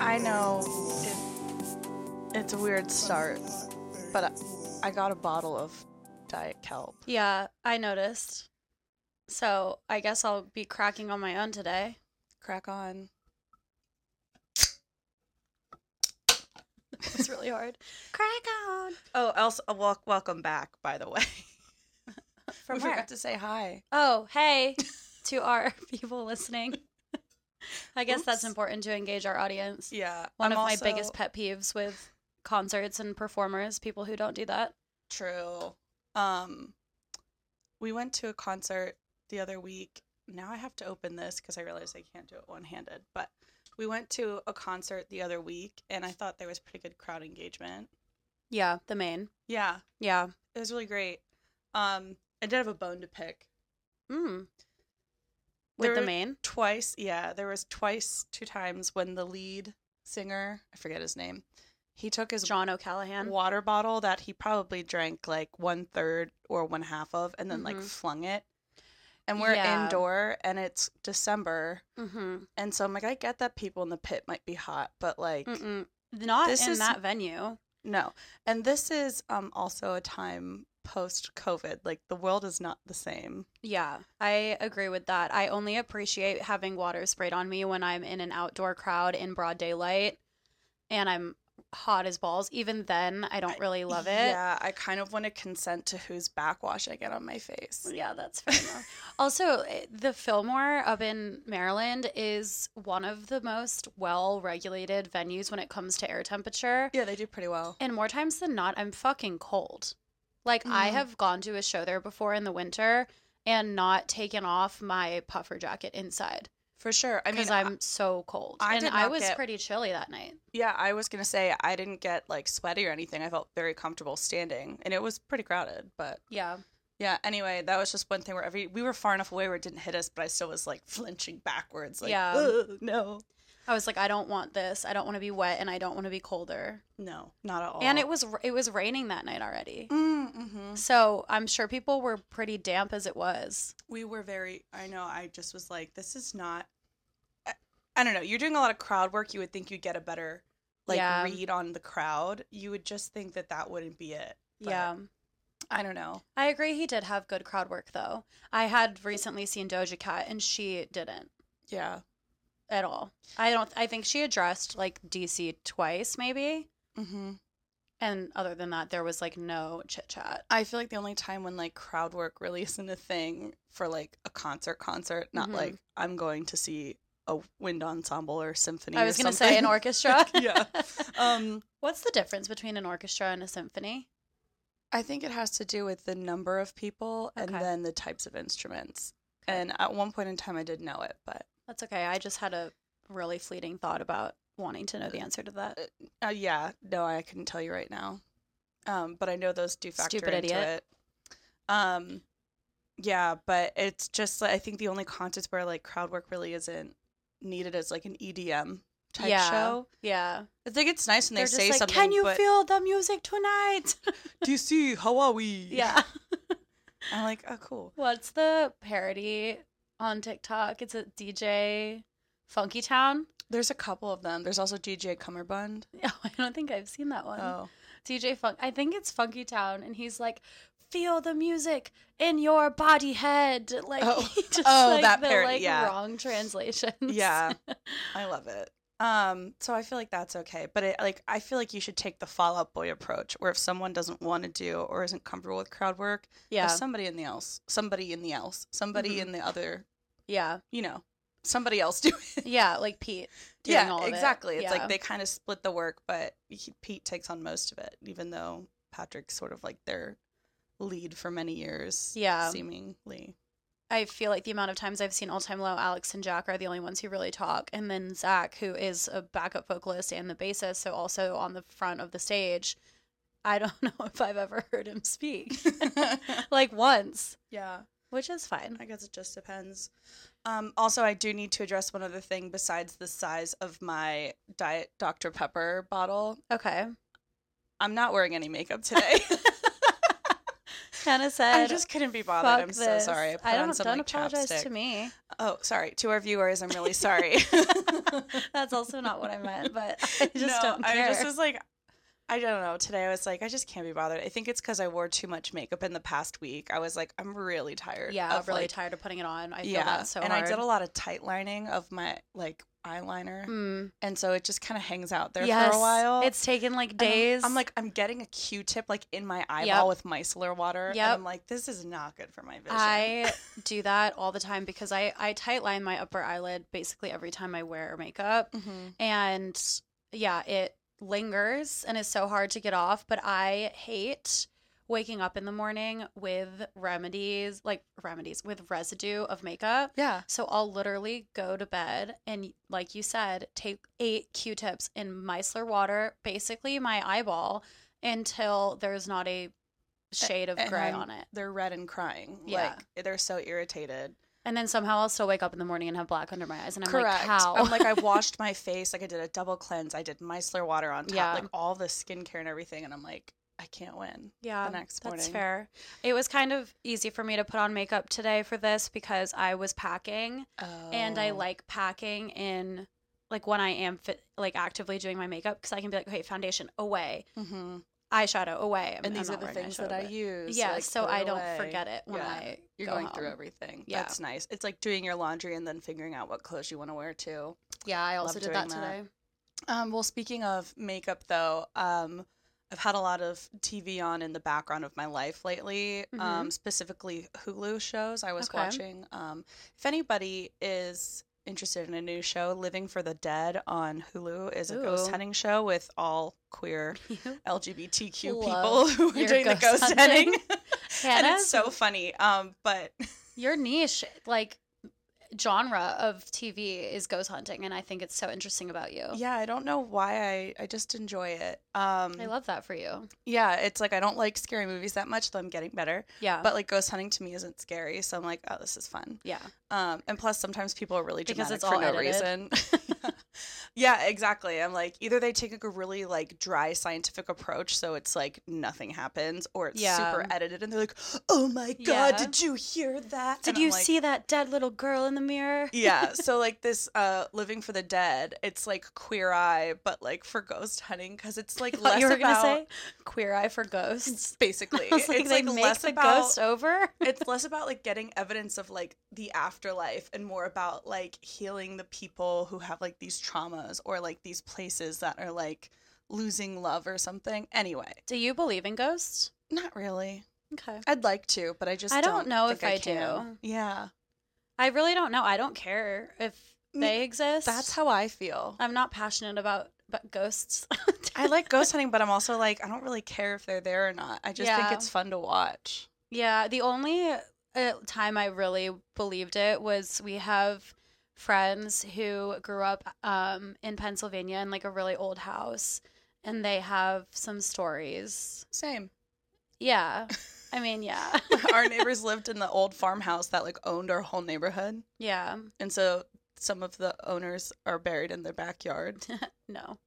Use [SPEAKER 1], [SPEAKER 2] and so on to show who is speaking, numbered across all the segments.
[SPEAKER 1] I know it, it's a weird start, but I, I got a bottle of Diet Kelp.
[SPEAKER 2] Yeah, I noticed. So I guess I'll be cracking on my own today.
[SPEAKER 1] Crack on.
[SPEAKER 2] It's really hard. Crack on.
[SPEAKER 3] Oh, else uh, wel- welcome back, by the way.
[SPEAKER 1] From
[SPEAKER 2] We
[SPEAKER 1] we
[SPEAKER 2] forgot
[SPEAKER 1] forgot to say hi.
[SPEAKER 2] Oh, hey to our people listening. I guess that's
[SPEAKER 1] Oops.
[SPEAKER 2] important to engage our audience.
[SPEAKER 3] Yeah,
[SPEAKER 2] One
[SPEAKER 3] I'm
[SPEAKER 2] of my
[SPEAKER 3] also-
[SPEAKER 2] biggest pet peeves with concerts and performers, people who don't do that.
[SPEAKER 3] True. Um, we went to a concert the other week. Now I have to open this because I realized I can't do it one-handed. But we went to a concert the other week, and I thought there was pretty good crowd engagement.
[SPEAKER 2] Yeah, the main.
[SPEAKER 3] Yeah,
[SPEAKER 2] Yeah.
[SPEAKER 3] it was really great. Um, I did have a bone to pick.
[SPEAKER 2] Mm. With
[SPEAKER 3] There-
[SPEAKER 2] the main.
[SPEAKER 3] twice yeah there was twice two times when the lead singer i forget his name he took his
[SPEAKER 2] John O'Callahan.
[SPEAKER 3] water bottle that he probably drank like one third or one half of and then like
[SPEAKER 2] Mhm.
[SPEAKER 3] flung it and we're
[SPEAKER 2] Yeah.
[SPEAKER 3] indoor and it's december
[SPEAKER 2] Mm-hmm.
[SPEAKER 3] and so i'm like i get that people in the pit might be hot but like
[SPEAKER 2] Mm-mm. Not
[SPEAKER 3] This
[SPEAKER 2] in
[SPEAKER 3] is-
[SPEAKER 2] that venue.
[SPEAKER 3] no and this is um also a time post covid like the world is not the same
[SPEAKER 2] Yeah, I agree with that. I only appreciate having water sprayed on me when I'm in an outdoor crowd in broad daylight and I'm hot as balls. Even then, I don't really love it.
[SPEAKER 3] yeah i kind of want to consent to whose backwash i get on my face
[SPEAKER 2] Yeah, that's fair enough. also, eh, the Fillmore up in Maryland is one of the most well regulated venues when it comes to air temperature.
[SPEAKER 3] yeah they do pretty well
[SPEAKER 2] And more times than not, I'm fucking cold. Like, I
[SPEAKER 3] Mm.
[SPEAKER 2] have gone to a show there before in the winter and not taken off my puffer jacket inside
[SPEAKER 3] For sure. I mean,
[SPEAKER 2] because
[SPEAKER 3] I-
[SPEAKER 2] I'm so cold.
[SPEAKER 3] I
[SPEAKER 2] and
[SPEAKER 3] did
[SPEAKER 2] I
[SPEAKER 3] not
[SPEAKER 2] was
[SPEAKER 3] get-
[SPEAKER 2] pretty chilly that night.
[SPEAKER 3] yeah, I was gonna say I didn't get like sweaty or anything. I felt very comfortable standing, and it was pretty crowded. But
[SPEAKER 2] Yeah.
[SPEAKER 3] yeah, anyway, that was just one thing where every we were far enough away where it didn't hit us, but I still was like flinching backwards. Like,
[SPEAKER 2] Yeah.
[SPEAKER 3] "Ugh, no,
[SPEAKER 2] I was like, I don't want this. I don't want to be wet and I don't want to be colder.
[SPEAKER 3] no, not at all.
[SPEAKER 2] And it was it was raining that night already.
[SPEAKER 3] Mm-hmm.
[SPEAKER 2] So I'm sure people were pretty damp as it was.
[SPEAKER 3] We were very. I know. I just was like, this is not. I, I don't know. You're doing a lot of crowd work. You would think you'd get a better like
[SPEAKER 2] Yeah.
[SPEAKER 3] read on the crowd. You would just think that that wouldn't be it. But
[SPEAKER 2] yeah.
[SPEAKER 3] I don't know.
[SPEAKER 2] I agree he did have good crowd work though. I had recently seen Doja Cat and she didn't
[SPEAKER 3] Yeah.
[SPEAKER 2] at all. I don't I think she addressed like DC twice maybe.
[SPEAKER 3] Mm-hmm.
[SPEAKER 2] And other than that, there was like no chit chat.
[SPEAKER 3] I feel like the only time when like crowd work really isn't a thing for like a concert concert, not
[SPEAKER 2] Mhm.
[SPEAKER 3] like I'm going to see a wind ensemble or symphony.
[SPEAKER 2] I
[SPEAKER 3] or
[SPEAKER 2] was gonna say an
[SPEAKER 3] something.
[SPEAKER 2] orchestra.
[SPEAKER 3] Yeah. um,
[SPEAKER 2] What's the difference between an orchestra and a symphony?
[SPEAKER 3] I think it has to do with the number of people and
[SPEAKER 2] Okay.
[SPEAKER 3] then the types of instruments.
[SPEAKER 2] Okay.
[SPEAKER 3] And at one point in time, I did know it, but
[SPEAKER 2] That's okay. I just had a really fleeting thought about wanting to know the answer to that.
[SPEAKER 3] uh, yeah, no, I couldn't tell you right now. Um, but I know those do factor
[SPEAKER 2] Stupid
[SPEAKER 3] into
[SPEAKER 2] idiot.
[SPEAKER 3] it. Um, yeah, but it's just like I think the only concerts where like crowd work really isn't needed is like an EDM type
[SPEAKER 2] Yeah.
[SPEAKER 3] show.
[SPEAKER 2] Yeah.
[SPEAKER 3] I think it's nice when they
[SPEAKER 2] They're
[SPEAKER 3] say
[SPEAKER 2] just like,
[SPEAKER 3] something.
[SPEAKER 2] Can you
[SPEAKER 3] but,
[SPEAKER 2] feel the music tonight?
[SPEAKER 3] Do you see how are we?
[SPEAKER 2] yeah.
[SPEAKER 3] I'm like, oh, cool.
[SPEAKER 2] What's the parody on TikTok? It's a DJ Funky Town.
[SPEAKER 3] There's a couple of them. There's also DJ Cummerbund.
[SPEAKER 2] Oh, I don't think I've seen that one.
[SPEAKER 3] Oh,
[SPEAKER 2] DJ Funk. I think it's Funky Town, and he's like, "Feel the music in your body head." Like,
[SPEAKER 3] Oh.
[SPEAKER 2] he just
[SPEAKER 3] Oh,
[SPEAKER 2] like
[SPEAKER 3] that
[SPEAKER 2] the
[SPEAKER 3] parody,
[SPEAKER 2] like
[SPEAKER 3] yeah.
[SPEAKER 2] wrong translations.
[SPEAKER 3] yeah, I love it. Um, so I feel like that's okay, but it, like I feel like you should take the Fallout Boy approach, where if someone doesn't want to do or isn't comfortable with crowd work,
[SPEAKER 2] yeah,
[SPEAKER 3] There's somebody in the else, somebody in the else, somebody
[SPEAKER 2] Mhm.
[SPEAKER 3] in the other,
[SPEAKER 2] yeah,
[SPEAKER 3] you know, somebody else doing.
[SPEAKER 2] yeah. Like Pete. Doing
[SPEAKER 3] yeah,
[SPEAKER 2] all of it.
[SPEAKER 3] exactly. It's
[SPEAKER 2] Yeah.
[SPEAKER 3] like they kind of split the work, but he, Pete takes on most of it, even though Patrick's sort of like their lead for many years.
[SPEAKER 2] Yeah.
[SPEAKER 3] seemingly.
[SPEAKER 2] I feel like the amount of times I've seen All Time Low, Alex and Jack are the only ones who really talk. And then Zach, who is a backup vocalist and the bassist, so also on the front of the stage, I don't know if I've ever heard him speak. like once,
[SPEAKER 3] yeah,
[SPEAKER 2] which is fine.
[SPEAKER 3] I guess it just depends. Um, also, I do need to address one other thing besides the size of my diet Dr Pepper bottle.
[SPEAKER 2] Okay.
[SPEAKER 3] I'm not wearing any makeup today.
[SPEAKER 2] Hannah said,
[SPEAKER 3] I just couldn't be bothered.
[SPEAKER 2] "Fuck
[SPEAKER 3] I'm so
[SPEAKER 2] this.
[SPEAKER 3] sorry. I put
[SPEAKER 2] I don't,
[SPEAKER 3] on some
[SPEAKER 2] don't
[SPEAKER 3] like
[SPEAKER 2] apologize
[SPEAKER 3] chapstick.
[SPEAKER 2] to me.
[SPEAKER 3] Oh, sorry. To our viewers, I'm really sorry.
[SPEAKER 2] That's also not what I meant, but I
[SPEAKER 3] no,
[SPEAKER 2] just don't care.
[SPEAKER 3] I just was like, I don't know. Today I was like, I just can't be bothered. I think it's because I wore too much makeup in the past week. I was like, I'm really tired.
[SPEAKER 2] yeah,
[SPEAKER 3] of
[SPEAKER 2] really
[SPEAKER 3] like-
[SPEAKER 2] tired of putting it on. I feel
[SPEAKER 3] yeah,
[SPEAKER 2] that so
[SPEAKER 3] and
[SPEAKER 2] hard.
[SPEAKER 3] I did a lot of tight lining of my like eyeliner,
[SPEAKER 2] Mm.
[SPEAKER 3] and so it just kind of hangs out there
[SPEAKER 2] yes,
[SPEAKER 3] for a while.
[SPEAKER 2] It's taken like
[SPEAKER 3] And I'm-
[SPEAKER 2] days.
[SPEAKER 3] I'm, like, I'm getting a Q-tip like in my eyeball
[SPEAKER 2] Yep.
[SPEAKER 3] with micellar water, and
[SPEAKER 2] Yep.
[SPEAKER 3] I'm like, this is not good for my vision.
[SPEAKER 2] I do that all the time because I I tightline my upper eyelid basically every time I wear makeup.
[SPEAKER 3] Mhm.
[SPEAKER 2] and yeah, it lingers and is so hard to get off. But I hate waking up in the morning with remedies, like remedies with residue of makeup.
[SPEAKER 3] yeah,
[SPEAKER 2] So I'll literally go to bed and, like you said, take eight Q-tips in micellar water, basically my eyeball, until there's not a shade of
[SPEAKER 3] and
[SPEAKER 2] gray
[SPEAKER 3] I'm-
[SPEAKER 2] on it.
[SPEAKER 3] they're red and crying.
[SPEAKER 2] Yeah.
[SPEAKER 3] like they're so irritated.
[SPEAKER 2] And then somehow I'll still wake up in the morning and have black under my eyes, and I'm like,
[SPEAKER 3] Correct.
[SPEAKER 2] how?
[SPEAKER 3] I'm like, I washed my face. Like, I did a double cleanse. I did micellar water on top.
[SPEAKER 2] Yeah.
[SPEAKER 3] Like, all the skincare and everything. And I'm like, I can't win.
[SPEAKER 2] yeah,
[SPEAKER 3] next
[SPEAKER 2] Um,
[SPEAKER 3] morning.
[SPEAKER 2] That's fair. It was kind of easy for me to put on makeup today for this because I was packing
[SPEAKER 3] Oh.
[SPEAKER 2] and I like packing in like when I am fit, like actively doing my makeup because I can be like, okay, foundation away,
[SPEAKER 3] Mhm.
[SPEAKER 2] eyeshadow away. I'm-
[SPEAKER 3] And
[SPEAKER 2] I'm
[SPEAKER 3] these
[SPEAKER 2] not
[SPEAKER 3] are the
[SPEAKER 2] wearing
[SPEAKER 3] things
[SPEAKER 2] eyeshadow,
[SPEAKER 3] that I
[SPEAKER 2] but-
[SPEAKER 3] use.
[SPEAKER 2] Yeah,
[SPEAKER 3] like,
[SPEAKER 2] so
[SPEAKER 3] put it
[SPEAKER 2] I don't
[SPEAKER 3] away.
[SPEAKER 2] forget it when
[SPEAKER 3] Yeah.
[SPEAKER 2] I
[SPEAKER 3] You're
[SPEAKER 2] go
[SPEAKER 3] going through
[SPEAKER 2] home.
[SPEAKER 3] everything.
[SPEAKER 2] Yeah.
[SPEAKER 3] That's nice. It's like doing your laundry and then figuring out what clothes you want to wear too.
[SPEAKER 2] Yeah, I
[SPEAKER 3] Love
[SPEAKER 2] also did
[SPEAKER 3] doing
[SPEAKER 2] that
[SPEAKER 3] that.
[SPEAKER 2] today.
[SPEAKER 3] Um, well, speaking of makeup, though, um, I've had a lot of TV on in the background of my life lately, um, specifically Hulu shows I was
[SPEAKER 2] Mm-hmm. Okay.
[SPEAKER 3] watching. Um, if anybody is interested in a new show, Living for the Dead on Hulu is a ghost
[SPEAKER 2] Ooh.
[SPEAKER 3] hunting show with all queer
[SPEAKER 2] You-
[SPEAKER 3] LGBTQ people
[SPEAKER 2] Love
[SPEAKER 3] who are
[SPEAKER 2] your
[SPEAKER 3] doing the
[SPEAKER 2] ghost
[SPEAKER 3] ghost hunting.
[SPEAKER 2] hunting.
[SPEAKER 3] and
[SPEAKER 2] Hannah,
[SPEAKER 3] it's so funny. Um, but
[SPEAKER 2] your niche, like genre of TV is ghost hunting, and I think it's so interesting about you.
[SPEAKER 3] yeah, I don't know why I, I just enjoy it. Um,
[SPEAKER 2] I love that for you.
[SPEAKER 3] yeah, it's like I don't like scary movies that much, though I'm getting better.
[SPEAKER 2] Yeah.
[SPEAKER 3] But like ghost hunting to me isn't scary, so I'm like, oh, this is fun.
[SPEAKER 2] yeah.
[SPEAKER 3] Um, and plus, sometimes people are really
[SPEAKER 2] Because
[SPEAKER 3] dramatic
[SPEAKER 2] it's
[SPEAKER 3] for
[SPEAKER 2] all
[SPEAKER 3] no
[SPEAKER 2] edited.
[SPEAKER 3] reason. yeah, exactly. I'm like, either they take like, a really like dry scientific approach, so it's like nothing happens, or it's
[SPEAKER 2] Yeah.
[SPEAKER 3] super edited, and they're like, oh my god,
[SPEAKER 2] Yeah.
[SPEAKER 3] did you hear that?
[SPEAKER 2] Did
[SPEAKER 3] And I'm
[SPEAKER 2] you
[SPEAKER 3] like-
[SPEAKER 2] see that dead little girl in the mirror?
[SPEAKER 3] yeah, so like this uh living for the dead, it's like queer eye, but like for ghost hunting because it's like
[SPEAKER 2] What
[SPEAKER 3] less
[SPEAKER 2] you were
[SPEAKER 3] about
[SPEAKER 2] gonna say? Queer eye for ghosts.
[SPEAKER 3] basically.
[SPEAKER 2] I was like,
[SPEAKER 3] it's
[SPEAKER 2] they
[SPEAKER 3] like
[SPEAKER 2] make
[SPEAKER 3] less
[SPEAKER 2] the
[SPEAKER 3] about
[SPEAKER 2] ghost over.
[SPEAKER 3] it's less about like getting evidence of like the afterlife and more about like healing the people who have like these traumas or like these places that are like losing love or something. Anyway,
[SPEAKER 2] Do you believe in ghosts?
[SPEAKER 3] not really.
[SPEAKER 2] Okay.
[SPEAKER 3] I'd like to, but I just
[SPEAKER 2] I don't know
[SPEAKER 3] think
[SPEAKER 2] if I
[SPEAKER 3] can. Yeah.
[SPEAKER 2] I really don't know. I don't care if
[SPEAKER 3] Mm,
[SPEAKER 2] they exist.
[SPEAKER 3] That's how I feel.
[SPEAKER 2] I'm not passionate about but ghosts.
[SPEAKER 3] I like ghost hunting, but I'm also like I don't really care if they're there or not. I just
[SPEAKER 2] Yeah.
[SPEAKER 3] think it's fun to watch.
[SPEAKER 2] Yeah, the only uh, time I really believed it was we have friends who grew up um, in Pennsylvania in like a really old house, and they have some stories.
[SPEAKER 3] Same.
[SPEAKER 2] Yeah, I mean, yeah,
[SPEAKER 3] our neighbors lived in the old farmhouse that like owned our whole neighborhood.
[SPEAKER 2] yeah.
[SPEAKER 3] And so some of the owners are buried in their backyard.
[SPEAKER 2] No,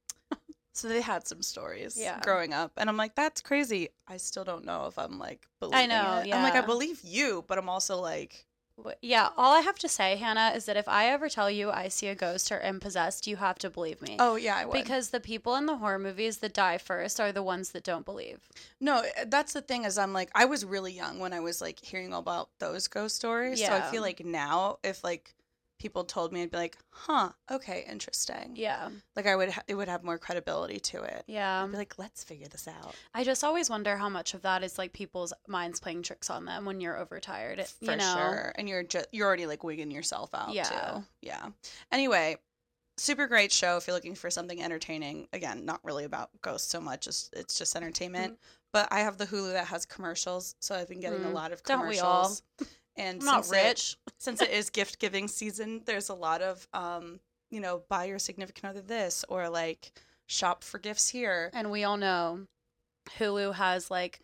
[SPEAKER 3] So they had some stories
[SPEAKER 2] Yeah.
[SPEAKER 3] growing up. And I'm like, that's crazy. I still don't know if I'm like believing
[SPEAKER 2] know,
[SPEAKER 3] it. I'm like, I
[SPEAKER 2] yeah.
[SPEAKER 3] believe you, but I'm also like,
[SPEAKER 2] W- yeah. All I have to say, Hannah, is that if I ever tell you I see a ghost or am possessed, you have to believe me.
[SPEAKER 3] oh yeah, I would.
[SPEAKER 2] Because the people in the horror movies that die first are the ones that don't believe.
[SPEAKER 3] no, eh, that's the thing is I'm like, I was really young when I was like hearing all about those ghost stories. So
[SPEAKER 2] Yeah.
[SPEAKER 3] I feel like now if like people told me, I'd be like, huh, okay, interesting.
[SPEAKER 2] Yeah,
[SPEAKER 3] Like I would, ha- it would have more credibility to it.
[SPEAKER 2] yeah.
[SPEAKER 3] I'd be like, let's figure this out.
[SPEAKER 2] I just always wonder how much of that is like people's minds playing tricks on them when you're overtired. It-
[SPEAKER 3] for
[SPEAKER 2] you know?
[SPEAKER 3] sure. And you're just you're already like wigging yourself out
[SPEAKER 2] Yeah.
[SPEAKER 3] too. Yeah. Anyway, super great show if you're looking for something entertaining. Again, not really about ghosts so much. It's it's just entertainment. But I have the Hulu that has commercials, so I've been getting a
[SPEAKER 2] Mm-hmm. Mm.
[SPEAKER 3] lot of
[SPEAKER 2] Don't
[SPEAKER 3] commercials.
[SPEAKER 2] we all?
[SPEAKER 3] And
[SPEAKER 2] I'm not
[SPEAKER 3] since it-
[SPEAKER 2] rich.
[SPEAKER 3] since it is gift giving season, there's a lot of um, you know, buy your significant other this or like shop for gifts here.
[SPEAKER 2] And we all know Hulu has like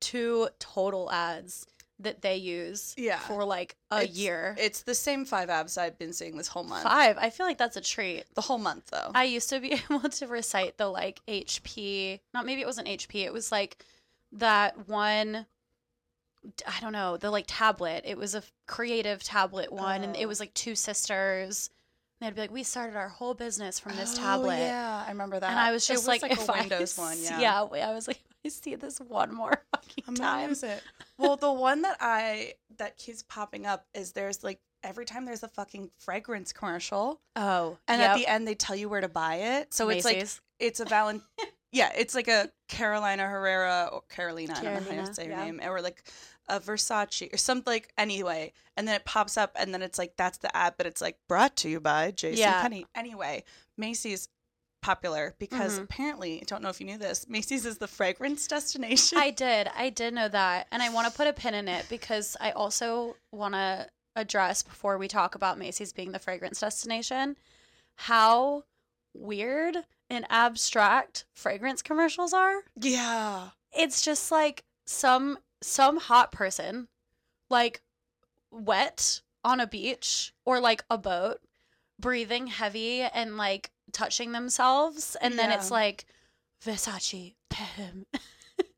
[SPEAKER 2] two total ads that they use
[SPEAKER 3] Yeah.
[SPEAKER 2] for like a
[SPEAKER 3] It's-
[SPEAKER 2] year.
[SPEAKER 3] It's the same five apps I've been seeing this whole month.
[SPEAKER 2] Five. I feel like that's a treat.
[SPEAKER 3] The whole month though.
[SPEAKER 2] I used to be able to recite the like HP, not maybe it wasn't HP, it was like that one I don't know, the like tablet. It was a f- creative tablet one, and it
[SPEAKER 3] Oh.
[SPEAKER 2] was like two sisters. And they'd be like, we started our whole business from this
[SPEAKER 3] Oh,
[SPEAKER 2] tablet.
[SPEAKER 3] Yeah, I remember that.
[SPEAKER 2] And I was
[SPEAKER 3] It
[SPEAKER 2] just like, if
[SPEAKER 3] a
[SPEAKER 2] I
[SPEAKER 3] Windows
[SPEAKER 2] see-
[SPEAKER 3] one. Yeah,
[SPEAKER 2] I was like, if I see this one more fucking
[SPEAKER 3] I'm gonna
[SPEAKER 2] time.
[SPEAKER 3] use it. Well, the one that I that keeps popping up is there's like every time there's a fucking fragrance commercial,
[SPEAKER 2] Oh,
[SPEAKER 3] and
[SPEAKER 2] yep.
[SPEAKER 3] at the end they tell you where to buy it. So it's like
[SPEAKER 2] Macy's.
[SPEAKER 3] it's a Valent. yeah, it's like a Carolina Herrera or Carolina, I don't know how
[SPEAKER 2] Carolina,
[SPEAKER 3] to say her
[SPEAKER 2] yeah.
[SPEAKER 3] name, or like a Versace or something like anyway. And then it pops up, and then it's like that's the ad, but it's like brought to you by Jason
[SPEAKER 2] Yeah.
[SPEAKER 3] Penny. Anyway, Macy's popular because
[SPEAKER 2] Mm-hmm.
[SPEAKER 3] apparently, I don't know if you knew this, Macy's is the fragrance destination.
[SPEAKER 2] I did. I did know that. And I want to put a pin in it because I also want to address before we talk about Macy's being the fragrance destination how weird and abstract fragrance commercials are.
[SPEAKER 3] yeah.
[SPEAKER 2] It's just like some some hot person like wet on a beach or like a boat breathing heavy and like touching themselves and then
[SPEAKER 3] Yeah.
[SPEAKER 2] it's like Versace Pim.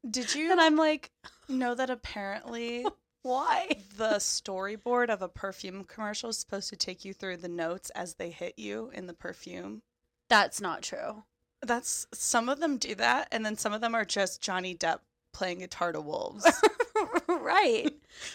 [SPEAKER 3] Did you
[SPEAKER 2] And I'm like,
[SPEAKER 3] know that apparently
[SPEAKER 2] Oh why?
[SPEAKER 3] the storyboard of a perfume commercial is supposed to take you through the notes as they hit you in the perfume?
[SPEAKER 2] That's not true.
[SPEAKER 3] That's some of them do that, and then some of them are just Johnny Depp playing guitar to wolves.
[SPEAKER 2] right.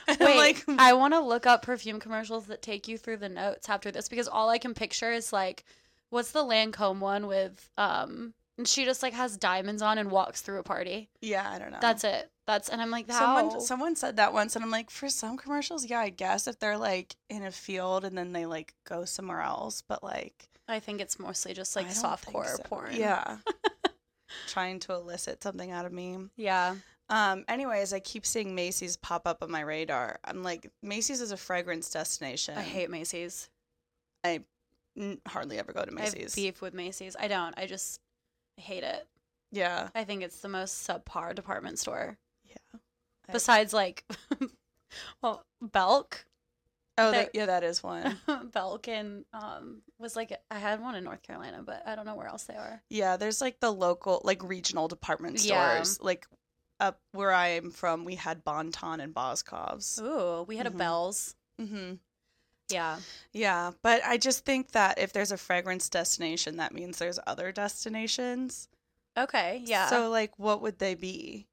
[SPEAKER 3] And I'm
[SPEAKER 2] Wait,
[SPEAKER 3] like,
[SPEAKER 2] I want to look up perfume commercials that take you through the notes after this because all I can picture is like, what's the Lancome one with um, and she just like has diamonds on and walks through a party.
[SPEAKER 3] yeah, I don't know.
[SPEAKER 2] That's it. That's and I'm like, how?
[SPEAKER 3] someone. Someone said that once, and I'm like, for some commercials, yeah, I guess if they're like in a field and then they like go somewhere else, but like
[SPEAKER 2] I think it's mostly just
[SPEAKER 3] I
[SPEAKER 2] like
[SPEAKER 3] don't
[SPEAKER 2] softcore
[SPEAKER 3] think so.
[SPEAKER 2] porn.
[SPEAKER 3] yeah, trying to elicit something out of me.
[SPEAKER 2] yeah.
[SPEAKER 3] Um, anyways, I keep seeing Macy's pop up on my radar. I'm like, Macy's is a fragrance destination.
[SPEAKER 2] I hate Macy's.
[SPEAKER 3] N- hardly ever go to
[SPEAKER 2] I have
[SPEAKER 3] Macy's.
[SPEAKER 2] beef with Macy's. I don't. I just I hate it.
[SPEAKER 3] yeah,
[SPEAKER 2] I think it's the most subpar department store.
[SPEAKER 3] yeah. I-
[SPEAKER 2] Besides like, well, Belk.
[SPEAKER 3] Oh,
[SPEAKER 2] There-
[SPEAKER 3] that, yeah, that is one.
[SPEAKER 2] Belkin um, was like I had one in North Carolina, but I don't know where else they are.
[SPEAKER 3] Yeah, there's like the local, like regional department
[SPEAKER 2] Yeah.
[SPEAKER 3] stores. Like up where I am from, we had Bonton and Boscov's.
[SPEAKER 2] Ooh, we had
[SPEAKER 3] Mhm.
[SPEAKER 2] a Bell's.
[SPEAKER 3] hmm
[SPEAKER 2] Yeah,
[SPEAKER 3] Yeah, but I just think that if there's a fragrance destination, that means there's other destinations.
[SPEAKER 2] okay, yeah. So
[SPEAKER 3] So, like, what would they be?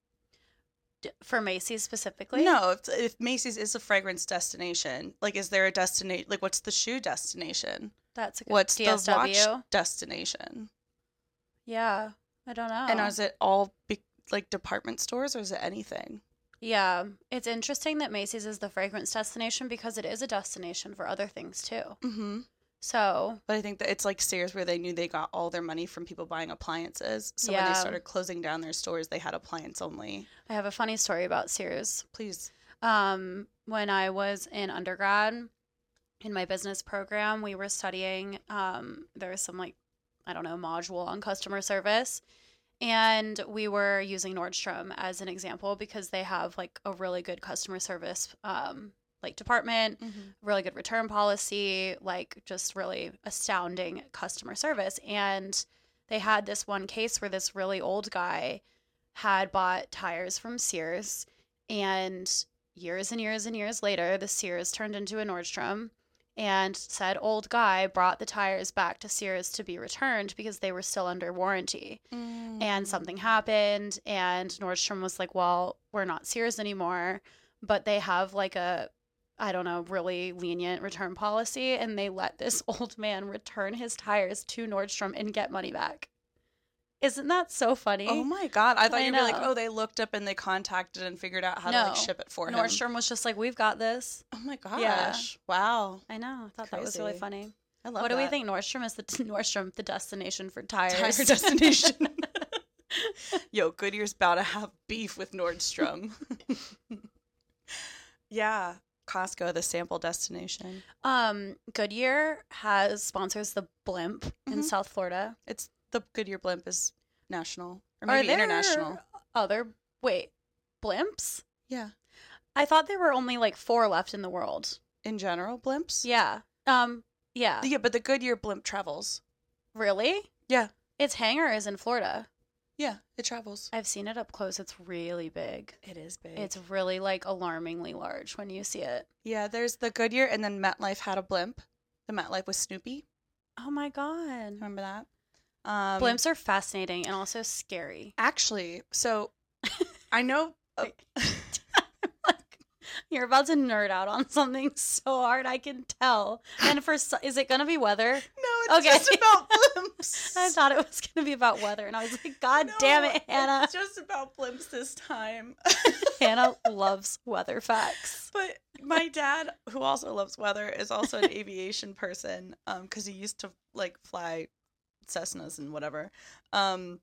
[SPEAKER 2] for Macy's specifically,
[SPEAKER 3] No, if, if Macy's is a fragrance destination, like, is there a destination? Like, what's the shoe destination?
[SPEAKER 2] that's a good
[SPEAKER 3] What's
[SPEAKER 2] DSW.
[SPEAKER 3] the watch destination?
[SPEAKER 2] Yeah, I don't know.
[SPEAKER 3] And is it all be- like department stores or is it anything?
[SPEAKER 2] yeah, it's interesting that Macy's is the fragrance destination because it is a destination for other things too.
[SPEAKER 3] Mm-hmm.
[SPEAKER 2] So
[SPEAKER 3] But I think that it's like Sears where they knew they got all their money from people buying appliances. So when
[SPEAKER 2] Yeah.
[SPEAKER 3] they started closing down their stores, they had appliance only.
[SPEAKER 2] I have a funny story about Sears.
[SPEAKER 3] Please.
[SPEAKER 2] um, when I was in undergrad in my business program, we were studying. Um, there was some like I don't know module on customer service, and we were using Nordstrom as an example because they have like a really good customer service um, like department
[SPEAKER 3] Mm-hmm.
[SPEAKER 2] really good return policy, like just really astounding customer service. And they had this one case where this really old guy had bought tires from Sears. And years and years and years later, the Sears turned into a Nordstrom. And said old guy brought the tires back to Sears to be returned because they were still under warranty
[SPEAKER 3] Mm.
[SPEAKER 2] and
[SPEAKER 3] Mm-hmm.
[SPEAKER 2] something happened and Nordstrom was like, "Well, we're not Sears anymore, but they have like a I don't know, really lenient return policy and they let this old man return his tires to Nordstrom and get money back." Isn't that so funny?
[SPEAKER 3] Oh my God. I thought
[SPEAKER 2] I
[SPEAKER 3] you'd be like,
[SPEAKER 2] know.
[SPEAKER 3] oh, they looked up and they contacted and figured out how to
[SPEAKER 2] No.
[SPEAKER 3] like ship it for him.
[SPEAKER 2] Nordstrom was just like, "We've got this."
[SPEAKER 3] Oh my gosh.
[SPEAKER 2] Yeah.
[SPEAKER 3] Wow.
[SPEAKER 2] I know. I thought that was really
[SPEAKER 3] Crazy.
[SPEAKER 2] funny.
[SPEAKER 3] I love
[SPEAKER 2] what do we
[SPEAKER 3] that.
[SPEAKER 2] think Nordstrom is the Nordstrom the destination for tires?
[SPEAKER 3] Tire destination. Yo, Goodyear's about to have beef with Nordstrom. yeah. Costco, the sample destination.
[SPEAKER 2] um Goodyear has sponsors the Blimp in
[SPEAKER 3] Mhm.
[SPEAKER 2] South Florida.
[SPEAKER 3] It's the Goodyear blimp is national or
[SPEAKER 2] Are
[SPEAKER 3] maybe
[SPEAKER 2] there
[SPEAKER 3] international.
[SPEAKER 2] Other wait, blimps?
[SPEAKER 3] Yeah.
[SPEAKER 2] I thought there were only like four left in the world.
[SPEAKER 3] In general, blimps.
[SPEAKER 2] Yeah. Um. Yeah.
[SPEAKER 3] Yeah, but the Goodyear blimp travels.
[SPEAKER 2] really?
[SPEAKER 3] Yeah.
[SPEAKER 2] Its hangar is in Florida.
[SPEAKER 3] Yeah, it travels.
[SPEAKER 2] I've seen it up close. It's really big.
[SPEAKER 3] It is big.
[SPEAKER 2] It's really like alarmingly large when you see it.
[SPEAKER 3] yeah. There's the Goodyear, and then MetLife had a blimp. The MetLife was Snoopy.
[SPEAKER 2] Oh my god.
[SPEAKER 3] Remember that? Um,
[SPEAKER 2] Blimps are fascinating and also scary.
[SPEAKER 3] Actually, so I know. uh,
[SPEAKER 2] Like, You're about to nerd out on something so hard I can tell. And for so- is it gonna be weather?
[SPEAKER 3] no, it's
[SPEAKER 2] Okay.
[SPEAKER 3] just about blimps.
[SPEAKER 2] I thought it was gonna be about weather, and I was like, God
[SPEAKER 3] No,
[SPEAKER 2] damn it, Hannah!
[SPEAKER 3] It's just about blimps this time.
[SPEAKER 2] Hannah loves weather facts.
[SPEAKER 3] But my dad, who also loves weather, is also an aviation person because he used to like fly Cessnas and whatever. Um,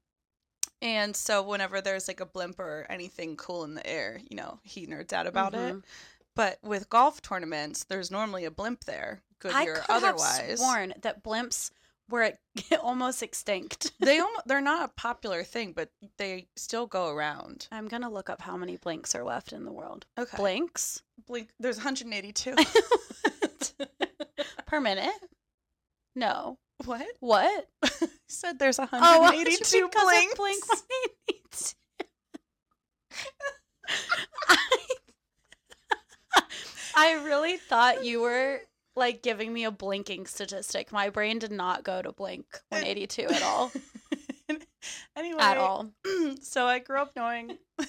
[SPEAKER 3] and so whenever there's like a blimp or anything cool in the air, you know, he nerds out about it.
[SPEAKER 2] Mhm.
[SPEAKER 3] But with golf tournaments, there's normally a blimp there,
[SPEAKER 2] I
[SPEAKER 3] Goodyear
[SPEAKER 2] could
[SPEAKER 3] or otherwise.
[SPEAKER 2] have sworn that blimps were almost extinct.
[SPEAKER 3] they almo- they're not a popular thing, but they still go around.
[SPEAKER 2] I'm gonna look up how many blinks are left in the world.
[SPEAKER 3] Okay,
[SPEAKER 2] Blinks
[SPEAKER 3] blink. There's 182.
[SPEAKER 2] per minute? No.
[SPEAKER 3] what?
[SPEAKER 2] What?
[SPEAKER 3] You said there's
[SPEAKER 2] Oh,
[SPEAKER 3] 182
[SPEAKER 2] because of
[SPEAKER 3] blinks.
[SPEAKER 2] Blink 182. I- I really thought you were like giving me a blinking statistic. My brain did not go to blink 182 at all.
[SPEAKER 3] anyway,
[SPEAKER 2] At all.
[SPEAKER 3] so I grew up knowing,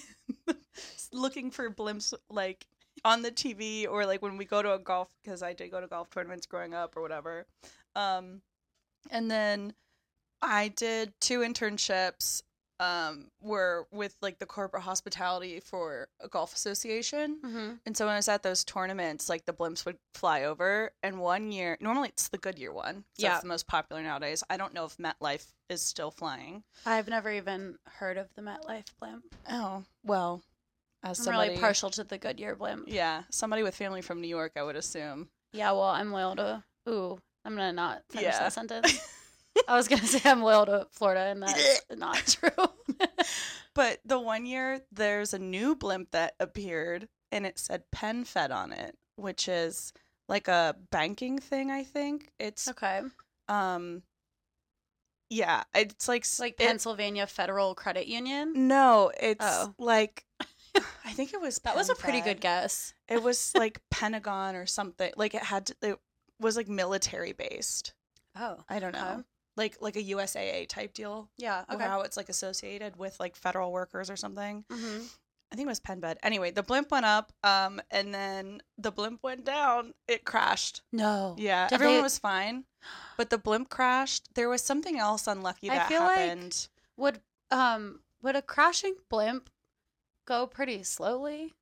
[SPEAKER 3] looking for blimps like on the TV or like when we go to a golf because I did go to golf tournaments growing up or whatever. Um, and then I did two internships. Um, were with like the corporate hospitality for a golf association.
[SPEAKER 2] Mhm.
[SPEAKER 3] And so when I was at those tournaments, like the blimps would fly over. And one year, normally it's the Goodyear one. So
[SPEAKER 2] Yeah.
[SPEAKER 3] It's the most popular nowadays. I don't know if MetLife is still flying.
[SPEAKER 2] I've never even heard of the MetLife blimp.
[SPEAKER 3] Oh, well, as
[SPEAKER 2] I'm
[SPEAKER 3] somebody.
[SPEAKER 2] really partial to the Goodyear blimp.
[SPEAKER 3] Yeah, somebody with family from New York, I would assume.
[SPEAKER 2] Yeah, well, I'm loyal to. Ooh, I'm gonna not finish
[SPEAKER 3] Yeah.
[SPEAKER 2] that sentence. I was gonna say I'm loyal to Florida, and that's not true.
[SPEAKER 3] But the one year, there's a new blimp that appeared and it said PenFed on it, which is like a banking thing, I think. It's,
[SPEAKER 2] okay,
[SPEAKER 3] um, yeah, it's like,
[SPEAKER 2] it's like
[SPEAKER 3] it- Mm,
[SPEAKER 2] Pennsylvania Federal Credit Union.
[SPEAKER 3] No, it's
[SPEAKER 2] Oh.
[SPEAKER 3] like I think it was
[SPEAKER 2] That was a pretty
[SPEAKER 3] PenFed.
[SPEAKER 2] good guess.
[SPEAKER 3] It was like Pentagon or something. Like it had to, it was like military based.
[SPEAKER 2] Oh,
[SPEAKER 3] I don't know.
[SPEAKER 2] Okay.
[SPEAKER 3] Like like a USAA type deal.
[SPEAKER 2] yeah.
[SPEAKER 3] or
[SPEAKER 2] Okay.
[SPEAKER 3] How it's like associated with like federal workers or something.
[SPEAKER 2] hmm
[SPEAKER 3] I think it was PenFed. Anyway, the blimp went up, um, and then the blimp went down. It crashed.
[SPEAKER 2] No.
[SPEAKER 3] Yeah,
[SPEAKER 2] Oh. Did
[SPEAKER 3] everyone
[SPEAKER 2] they-
[SPEAKER 3] was fine, but the blimp crashed. There was something else unlucky
[SPEAKER 2] I
[SPEAKER 3] that
[SPEAKER 2] feel like-
[SPEAKER 3] happened.
[SPEAKER 2] Would um would a crashing blimp go pretty slowly?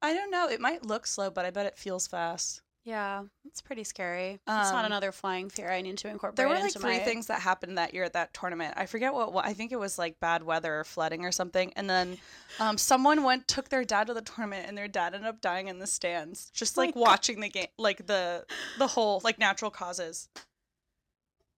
[SPEAKER 3] I don't know. It might look slow, but I bet it feels fast.
[SPEAKER 2] Yeah, it's pretty scary. it's not
[SPEAKER 3] Um,
[SPEAKER 2] another flying fear I need to incorporate.
[SPEAKER 3] There were like
[SPEAKER 2] into
[SPEAKER 3] three
[SPEAKER 2] my-
[SPEAKER 3] things that happened that year at that tournament. I forget what, what I think it was like bad weather or flooding or something. And then um, someone went took their dad to the tournament, and their dad ended up dying in the stands, just
[SPEAKER 2] My
[SPEAKER 3] like
[SPEAKER 2] God.
[SPEAKER 3] watching the game, like the the whole like natural causes.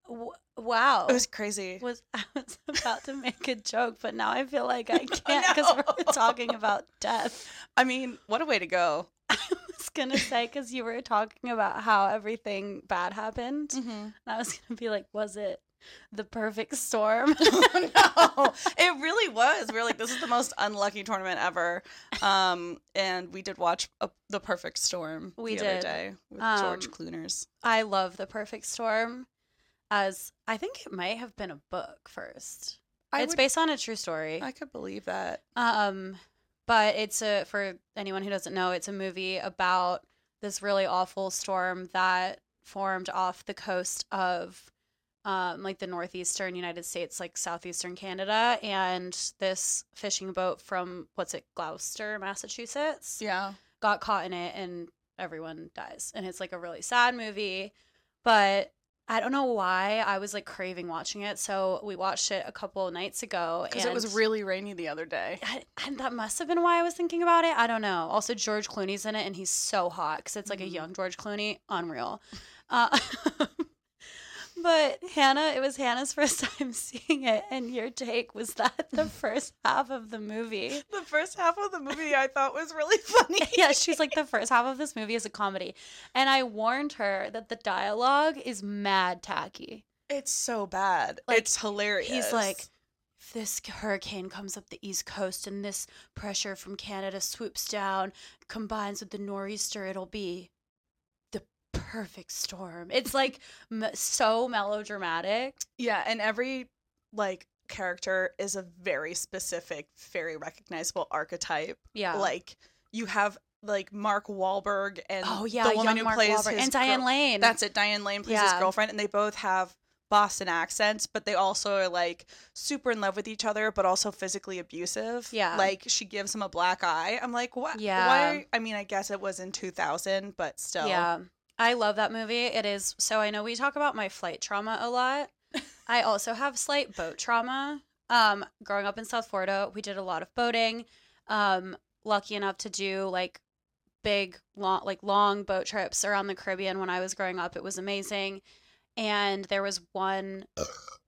[SPEAKER 2] W- wow.
[SPEAKER 3] It was crazy.
[SPEAKER 2] was I was about to make a joke, but now I feel like I can't because
[SPEAKER 3] no.
[SPEAKER 2] we're talking about death.
[SPEAKER 3] I mean, what a way to go!
[SPEAKER 2] I was gonna say because you were talking about how everything bad happened, and
[SPEAKER 3] Mm-hmm.
[SPEAKER 2] I was gonna be like, was it the perfect storm?
[SPEAKER 3] Oh, no, it really was. We were like, this is the most unlucky tournament ever. Um, and we did watch a, the Perfect Storm.
[SPEAKER 2] We
[SPEAKER 3] the
[SPEAKER 2] did.
[SPEAKER 3] other day with George
[SPEAKER 2] Um,
[SPEAKER 3] Clooners.
[SPEAKER 2] I love the perfect storm. As I think it might have been a book first.
[SPEAKER 3] I
[SPEAKER 2] it's
[SPEAKER 3] would-
[SPEAKER 2] based on a true story.
[SPEAKER 3] I could believe that.
[SPEAKER 2] Um, but it's a for anyone who doesn't know, it's a movie about this really awful storm that formed off the coast of um, like the northeastern United States, like southeastern Canada, and this fishing boat from what's it, Gloucester, Massachusetts,
[SPEAKER 3] Yeah.
[SPEAKER 2] got caught in it, and everyone dies. And it's like a really sad movie, but. I don't know why I was like craving watching it, so we watched it a couple of nights ago.
[SPEAKER 3] Because it was
[SPEAKER 2] and-
[SPEAKER 3] really rainy the other day.
[SPEAKER 2] I, I, that must have been why I was thinking about it. I don't know. Also, George Clooney's in it, and he's so hot because it's like a
[SPEAKER 3] Mhm.
[SPEAKER 2] young George Clooney, unreal. Uh, but Hannah, it was Hannah's first time seeing it, and your take was that the first half of the movie.
[SPEAKER 3] The first half of the movie I thought was really funny.
[SPEAKER 2] Yeah, she's like the first half of this movie is a comedy, and I warned her that the dialogue is mad tacky.
[SPEAKER 3] It's so bad.
[SPEAKER 2] Like,
[SPEAKER 3] it's hilarious.
[SPEAKER 2] He's like, if this hurricane comes up the east coast and this pressure from Canada swoops down, combines with the nor'easter, it'll be the perfect storm. It's like m- so melodramatic.
[SPEAKER 3] Yeah, and every like character is a very specific, very recognizable archetype.
[SPEAKER 2] Yeah.
[SPEAKER 3] Like you have like Mark Wahlberg and
[SPEAKER 2] oh yeah,
[SPEAKER 3] the woman
[SPEAKER 2] young
[SPEAKER 3] who
[SPEAKER 2] Mark
[SPEAKER 3] plays
[SPEAKER 2] Wahlberg
[SPEAKER 3] his
[SPEAKER 2] and Diane
[SPEAKER 3] girl-
[SPEAKER 2] Lane.
[SPEAKER 3] That's it. Diane Lane plays his
[SPEAKER 2] Yeah.
[SPEAKER 3] girlfriend, and they both have Boston accents, but they also are like super in love with each other, but also physically abusive.
[SPEAKER 2] Yeah.
[SPEAKER 3] like she gives him a black eye. I'm like, what?
[SPEAKER 2] Yeah.
[SPEAKER 3] Why? I mean, I guess it was in 2000, but still.
[SPEAKER 2] Yeah. I love that movie. It is so I know we talk about my flight trauma a lot. I also have slight boat trauma. Um growing up in South Florida, we did a lot of boating. Um lucky enough to do like big long like long boat trips around the Caribbean when I was growing up. It was amazing. And there was one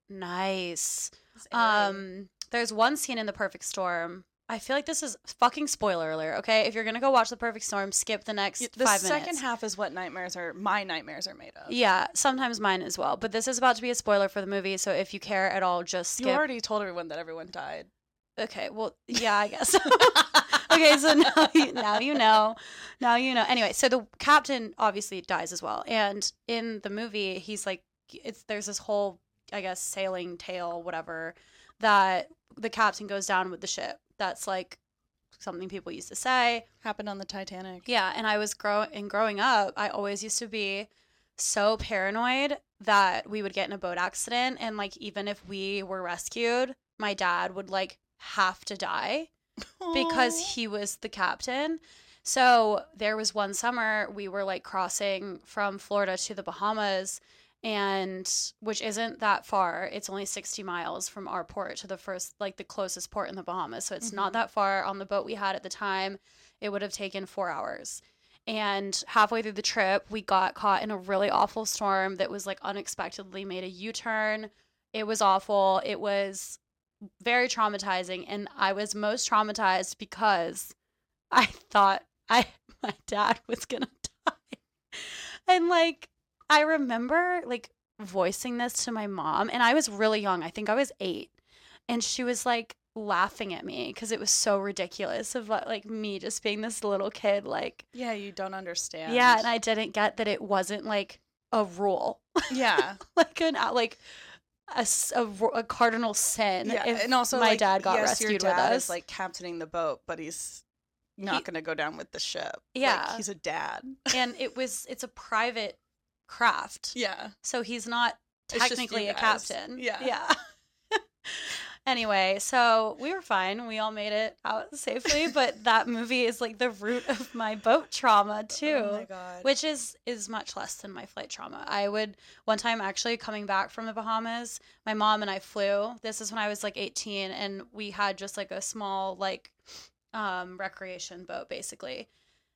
[SPEAKER 2] nice um, there's one scene in The Perfect Storm. I feel like this is fucking spoiler alert. Okay, if you're gonna go watch The Perfect Storm, skip the next
[SPEAKER 3] Y- the
[SPEAKER 2] five
[SPEAKER 3] second
[SPEAKER 2] minutes.
[SPEAKER 3] half is what nightmares are. My nightmares are made of.
[SPEAKER 2] yeah, sometimes mine as well. But this is about to be a spoiler for the movie, so if you care at all, just
[SPEAKER 3] You
[SPEAKER 2] skip.
[SPEAKER 3] already told everyone that everyone died.
[SPEAKER 2] okay, well, yeah, I guess. okay, so now you, now you know. Now you know. Anyway, so the captain obviously dies as well, and in the movie, he's like, it's there's this whole, I guess, sailing tale, whatever, that the captain goes down with the ship. That's like something people used to say.
[SPEAKER 3] Happened on the Titanic.
[SPEAKER 2] Yeah, and I was grow and growing up, I always used to be so paranoid that we would get in a boat accident and like even if we were rescued, my dad would like have to die because he was the captain. So there was one summer we were like crossing from Florida to the Bahamas and which isn't that far. It's only 60 miles from our port to the first like the closest port in the Bahamas. So it's not
[SPEAKER 3] Mhm.
[SPEAKER 2] that far on the boat we had at the time. It would have taken 4 hours. And halfway through the trip, we got caught in a really awful storm that was like unexpectedly made a U-turn. It was awful. It was very traumatizing and i was most traumatized because i thought i my dad was gonna die and like i remember like voicing this to my mom and i was really young i think i was eight and she was like laughing at me because it was so ridiculous of like like, me just being this little kid like
[SPEAKER 3] Yeah, you don't understand.
[SPEAKER 2] yeah and i didn't get that it wasn't like a rule
[SPEAKER 3] yeah,
[SPEAKER 2] like an uh, like a, s- a ro- a cardinal sin.
[SPEAKER 3] yeah.
[SPEAKER 2] if
[SPEAKER 3] and also,
[SPEAKER 2] my
[SPEAKER 3] like,
[SPEAKER 2] dad got
[SPEAKER 3] yes,
[SPEAKER 2] rescued
[SPEAKER 3] your dad
[SPEAKER 2] with us.
[SPEAKER 3] Is, like captaining the boat, but he's not
[SPEAKER 2] He-
[SPEAKER 3] going to go down with the ship. Like,
[SPEAKER 2] Yeah.
[SPEAKER 3] he's a dad.
[SPEAKER 2] and it was it's a private craft,
[SPEAKER 3] Yeah,
[SPEAKER 2] so he's not
[SPEAKER 3] It's just you
[SPEAKER 2] technically a
[SPEAKER 3] guys.
[SPEAKER 2] captain.
[SPEAKER 3] Yeah.
[SPEAKER 2] yeah. anyway, so we were fine. We all made it out safely, but that movie is like the root of my boat trauma too.
[SPEAKER 3] Oh my god.
[SPEAKER 2] which is is much less than my flight trauma. I would one time actually coming back from the Bahamas, my mom and I flew. This is when I was like 18 and we had just like a small like um recreation boat basically.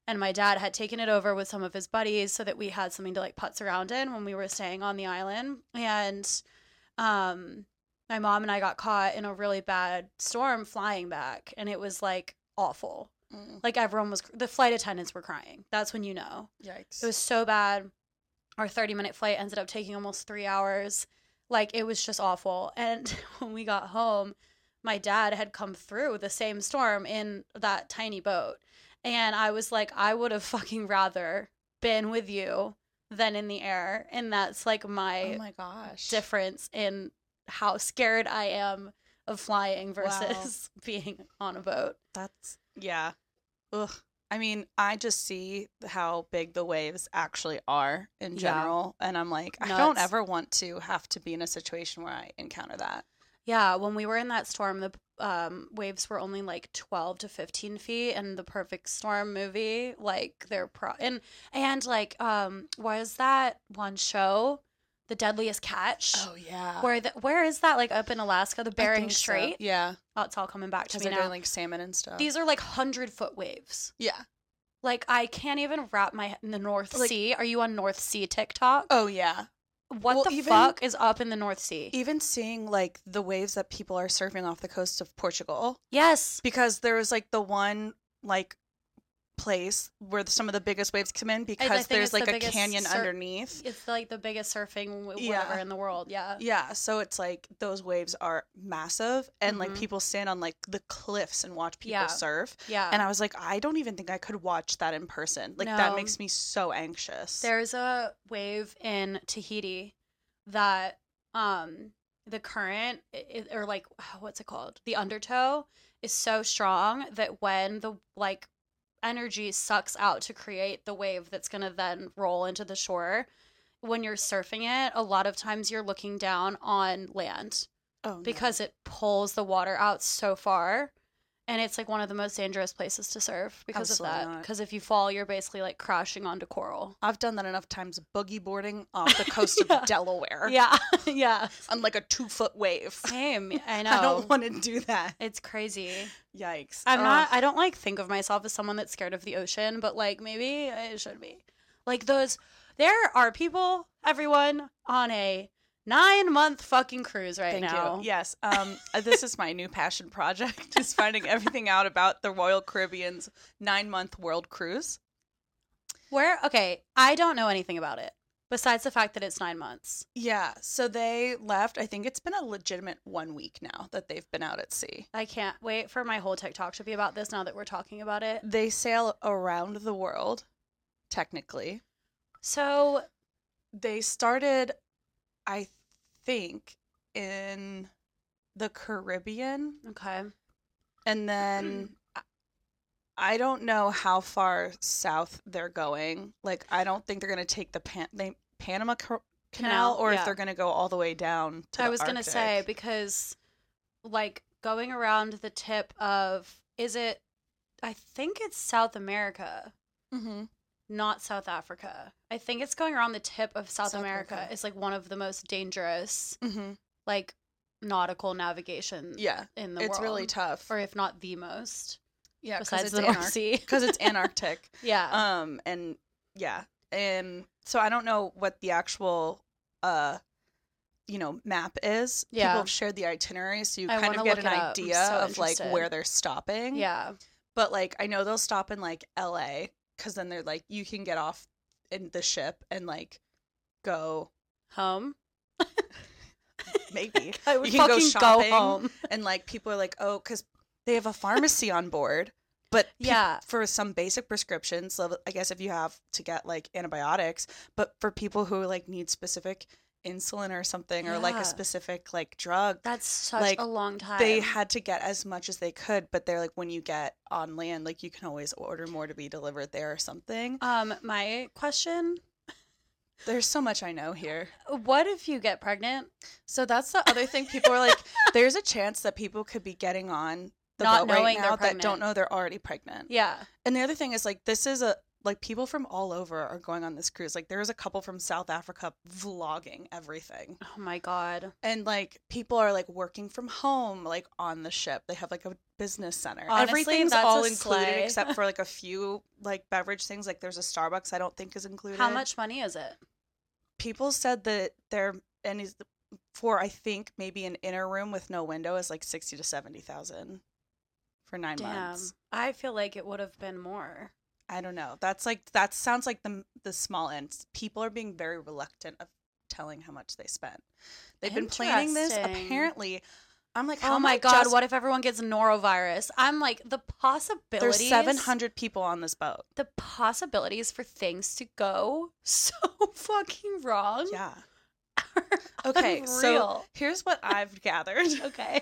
[SPEAKER 2] And my dad had taken it over with some of his buddies so that we had something to like putz around in when we were staying on the island and um my mom and I got caught in a really bad storm flying back and it was like awful.
[SPEAKER 3] Mm,
[SPEAKER 2] Like everyone was the flight attendants were crying. That's when you know.
[SPEAKER 3] yikes.
[SPEAKER 2] It was so bad. Our 30 minute flight ended up taking almost three hours. Like it was just awful. And when we got home, my dad had come through the same storm in that tiny boat. And I was like, I would have fucking rather been with you than in the air. And that's like
[SPEAKER 3] oh
[SPEAKER 2] my,
[SPEAKER 3] my gosh.
[SPEAKER 2] difference in how scared I am of flying
[SPEAKER 3] Wow.
[SPEAKER 2] versus being on a boat.
[SPEAKER 3] That's yeah. Ugh. I mean, I just see how big the waves actually are in
[SPEAKER 2] Yeah.
[SPEAKER 3] general, and I'm like, I don't
[SPEAKER 2] Nuts.
[SPEAKER 3] ever want to have to be in a situation where I encounter that.
[SPEAKER 2] Yeah, when we were in that storm, the um, waves were only like 12 to 15 feet, and the Perfect Storm movie, like they're pro and and like um, was that one show, The Deadliest Catch?
[SPEAKER 3] Oh, yeah.
[SPEAKER 2] Where the, where is that? Like up in Alaska, the Bering Strait.
[SPEAKER 3] Yeah,
[SPEAKER 2] Oh, it's all coming back to
[SPEAKER 3] because
[SPEAKER 2] me
[SPEAKER 3] they're
[SPEAKER 2] now.
[SPEAKER 3] doing like salmon and stuff.
[SPEAKER 2] These are like hundred foot waves.
[SPEAKER 3] yeah.
[SPEAKER 2] Like I can't even wrap my in the North
[SPEAKER 3] Like-
[SPEAKER 2] Sea. Are you on North Sea TikTok?
[SPEAKER 3] Oh yeah.
[SPEAKER 2] what
[SPEAKER 3] well,
[SPEAKER 2] the
[SPEAKER 3] even- e
[SPEAKER 2] fuck is up in the North Sea?
[SPEAKER 3] Even seeing like the waves that people are surfing off the coast of Portugal,
[SPEAKER 2] yes.
[SPEAKER 3] because there was like the one like place where some of the biggest waves come in because
[SPEAKER 2] think
[SPEAKER 3] there's
[SPEAKER 2] it's the
[SPEAKER 3] like a
[SPEAKER 2] biggest
[SPEAKER 3] canyon
[SPEAKER 2] sur-
[SPEAKER 3] underneath.
[SPEAKER 2] It's like the biggest surfing w-
[SPEAKER 3] Yeah.
[SPEAKER 2] whatever in the world. Yeah.
[SPEAKER 3] Yeah, so it's like those waves are massive, and like
[SPEAKER 2] Mhm.
[SPEAKER 3] people stand on like the cliffs and watch people
[SPEAKER 2] Yeah.
[SPEAKER 3] surf.
[SPEAKER 2] Yeah.
[SPEAKER 3] And I was like, I don't even think I could watch that in person. Like that
[SPEAKER 2] No.
[SPEAKER 3] makes me so anxious.
[SPEAKER 2] There's a wave in Tahiti that um the current i i- or like what's it called? The undertow is so strong that when the like energy sucks out to create the wave that's going to then roll into the shore, when you're surfing it, a lot of times you're looking down on land
[SPEAKER 3] oh, no.
[SPEAKER 2] because it pulls the water out so far. And it's like one of the most dangerous places to surf because
[SPEAKER 3] Absolutely
[SPEAKER 2] of that.
[SPEAKER 3] not.
[SPEAKER 2] Because if you fall, you're basically like crashing onto coral.
[SPEAKER 3] I've done that enough times boogie boarding off the coast
[SPEAKER 2] Yeah.
[SPEAKER 3] of Delaware
[SPEAKER 2] Yeah, yeah.
[SPEAKER 3] on like a two foot wave.
[SPEAKER 2] Same. I know.
[SPEAKER 3] I don't want to do that.
[SPEAKER 2] it's crazy.
[SPEAKER 3] Yikes.
[SPEAKER 2] I'm
[SPEAKER 3] Ugh.
[SPEAKER 2] not. I don't like think of myself as someone that's scared of the ocean, but like maybe I should be. Like those. There are people, everyone, on a nine-month fucking cruise right
[SPEAKER 3] Thank
[SPEAKER 2] now.
[SPEAKER 3] you. Yes. Um, uh, this is my new passion project is finding everything out about the Royal Caribbean's nine month world cruise.
[SPEAKER 2] Where? Okay, I don't know anything about it besides the fact that it's nine months.
[SPEAKER 3] Yeah. So they left. I think it's been a legitimate one week now that they've been out at sea.
[SPEAKER 2] I can't wait for my whole TikTok to be about this. Now that we're talking about it,
[SPEAKER 3] They sail around the world, technically.
[SPEAKER 2] so
[SPEAKER 3] They started, I think, in the Caribbean
[SPEAKER 2] okay,
[SPEAKER 3] and then I- I don't know how far south they're going. Like I don't think they're going to take the Pan- they, Panama Ca- Canal,
[SPEAKER 2] Canal,
[SPEAKER 3] or if
[SPEAKER 2] yeah.
[SPEAKER 3] they're going to go all the way down to
[SPEAKER 2] I
[SPEAKER 3] the
[SPEAKER 2] was gonna
[SPEAKER 3] Arctic.
[SPEAKER 2] say because, like, going around the tip of is it? I think it's South America,
[SPEAKER 3] Mhm.
[SPEAKER 2] not South Africa. I think it's going around the tip of South,
[SPEAKER 3] South
[SPEAKER 2] America.
[SPEAKER 3] America.
[SPEAKER 2] It's like one of the most dangerous,
[SPEAKER 3] Mhm.
[SPEAKER 2] like, nautical navigation.
[SPEAKER 3] Yeah.
[SPEAKER 2] in the
[SPEAKER 3] It's
[SPEAKER 2] world,
[SPEAKER 3] really tough.
[SPEAKER 2] or if not the most,
[SPEAKER 3] yeah,
[SPEAKER 2] besides
[SPEAKER 3] it's
[SPEAKER 2] the North
[SPEAKER 3] Antarctic.
[SPEAKER 2] Sea.
[SPEAKER 3] Cuz it's Antarctic.
[SPEAKER 2] yeah,
[SPEAKER 3] um and yeah. And so I don't know what the actual uh you know, map is.
[SPEAKER 2] Yeah.
[SPEAKER 3] People have shared the itinerary, so you
[SPEAKER 2] I
[SPEAKER 3] kind
[SPEAKER 2] wanna
[SPEAKER 3] of get
[SPEAKER 2] look
[SPEAKER 3] an
[SPEAKER 2] it up. I'm
[SPEAKER 3] idea
[SPEAKER 2] so
[SPEAKER 3] of like
[SPEAKER 2] interested.
[SPEAKER 3] where they're stopping.
[SPEAKER 2] yeah.
[SPEAKER 3] but like I know they'll stop in like LA because then they're like you can get off in the ship and like go
[SPEAKER 2] Home.
[SPEAKER 3] maybe
[SPEAKER 2] I
[SPEAKER 3] You can go shopping. and like people are like oh because they have a pharmacy on board but peop-
[SPEAKER 2] Yeah.
[SPEAKER 3] for some basic prescriptions so I guess if you have to get like antibiotics but for people who like need specific insulin or something or like
[SPEAKER 2] Yeah.
[SPEAKER 3] a specific like drug
[SPEAKER 2] That's such
[SPEAKER 3] Like,
[SPEAKER 2] a long time.
[SPEAKER 3] they had to get as much as they could but they're like when you get on land like you can always order more to be delivered there or something
[SPEAKER 2] um, my question:
[SPEAKER 3] there's so much I know here
[SPEAKER 2] What if you get pregnant?
[SPEAKER 3] So that's the other thing. People are like, there's a chance that people could be getting on the
[SPEAKER 2] Not
[SPEAKER 3] boat right
[SPEAKER 2] knowing they're
[SPEAKER 3] now that don't
[SPEAKER 2] pregnant.
[SPEAKER 3] know they're already pregnant.
[SPEAKER 2] Yeah.
[SPEAKER 3] And the other thing is like, this is a like people from all over are going on this cruise. Like there was a couple from South Africa vlogging everything,
[SPEAKER 2] Oh my god.
[SPEAKER 3] and like people are like working from home, like on the ship. They have like a business center.
[SPEAKER 2] Honestly,
[SPEAKER 3] Everything's
[SPEAKER 2] that's
[SPEAKER 3] all
[SPEAKER 2] a
[SPEAKER 3] included
[SPEAKER 2] slay.
[SPEAKER 3] except for like a few like beverage things. Like there's a Starbucks I don't think is included.
[SPEAKER 2] How much money is it?
[SPEAKER 3] people said that their and is for I think maybe an inner room with no window is like sixty to seventy thousand for nine
[SPEAKER 2] Damn.
[SPEAKER 3] months.
[SPEAKER 2] I feel like it would have been more.
[SPEAKER 3] I don't know. That's like that sounds like the the small end. People are being very reluctant of telling how much they spent. They've been planning this
[SPEAKER 2] Interesting.
[SPEAKER 3] apparently. I'm like, how
[SPEAKER 2] oh
[SPEAKER 3] am
[SPEAKER 2] my
[SPEAKER 3] I
[SPEAKER 2] god,
[SPEAKER 3] just-
[SPEAKER 2] what if everyone gets norovirus? I'm like the
[SPEAKER 3] There's
[SPEAKER 2] possibilities
[SPEAKER 3] seven hundred people on this boat.
[SPEAKER 2] the possibilities for things to go so fucking wrong.
[SPEAKER 3] Yeah. Okay. So
[SPEAKER 2] Mm. Unreal.
[SPEAKER 3] here's what I've gathered.
[SPEAKER 2] Okay.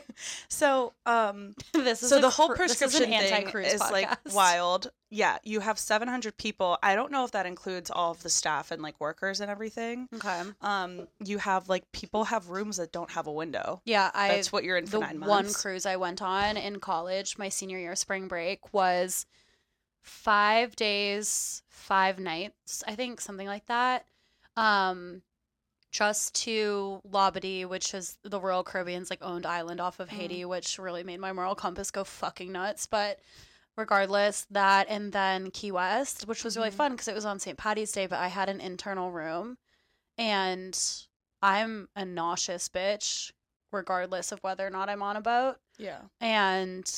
[SPEAKER 3] So um
[SPEAKER 2] This is
[SPEAKER 3] so
[SPEAKER 2] a
[SPEAKER 3] the whole
[SPEAKER 2] cru- this is an
[SPEAKER 3] prescription thing
[SPEAKER 2] anti-cruise
[SPEAKER 3] is like
[SPEAKER 2] podcast.
[SPEAKER 3] wild. Yeah, you have 700 people. I don't know if that includes all of the staff and like workers and everything.
[SPEAKER 2] Okay.
[SPEAKER 3] Um, you have like people have rooms that don't have a window.
[SPEAKER 2] Yeah, I
[SPEAKER 3] That's what you're in for
[SPEAKER 2] the
[SPEAKER 3] nine months.
[SPEAKER 2] one cruise I went on in college, my senior year spring break, was five days, five nights, I think, something like that. Um, just to Labadee, which is the Royal Caribbean's like owned island off of
[SPEAKER 3] Mhm.
[SPEAKER 2] Haiti, which really made my moral compass go fucking nuts. But regardless, that and then Key West, which was really
[SPEAKER 3] Mhm.
[SPEAKER 2] fun because it was on St. Patty's Day, but I had an internal room and I'm a nauseous bitch, regardless of whether or not I'm on a boat.
[SPEAKER 3] yeah,
[SPEAKER 2] And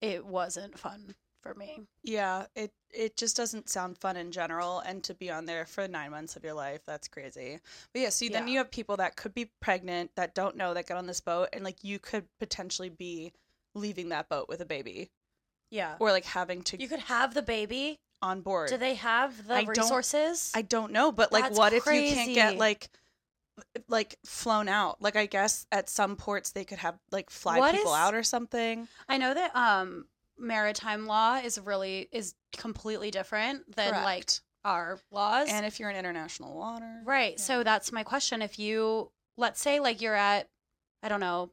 [SPEAKER 2] it wasn't fun for me.
[SPEAKER 3] Yeah, it it just doesn't sound fun in general, and to be on there for nine months of your life, that's crazy. But yeah, so then
[SPEAKER 2] Yeah.
[SPEAKER 3] you have people that could be pregnant that don't know that get on this boat, and like you could potentially be leaving that boat with a baby
[SPEAKER 2] Yeah.
[SPEAKER 3] or like having to
[SPEAKER 2] You could have the baby.
[SPEAKER 3] on board.
[SPEAKER 2] Do they have the
[SPEAKER 3] I don't-
[SPEAKER 2] resources?
[SPEAKER 3] I don't know, but like,
[SPEAKER 2] That's
[SPEAKER 3] what if you can't get
[SPEAKER 2] crazy.
[SPEAKER 3] like like flown out? Like, I guess at some ports they could have like fly
[SPEAKER 2] What
[SPEAKER 3] people
[SPEAKER 2] is-
[SPEAKER 3] out or something.
[SPEAKER 2] I know that um maritime law is really is completely different than like
[SPEAKER 3] Correct.
[SPEAKER 2] our laws.
[SPEAKER 3] and if you're in international water,
[SPEAKER 2] right.
[SPEAKER 3] yeah.
[SPEAKER 2] So that's my question. If you let's say like you're at I don't know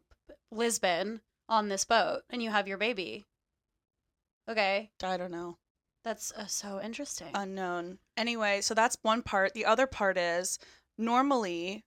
[SPEAKER 2] Lisbon on this boat and you have your baby. Okay,
[SPEAKER 3] I don't know.
[SPEAKER 2] that's uh, so interesting.
[SPEAKER 3] unknown. Anyway, so that's one part. The other part is normally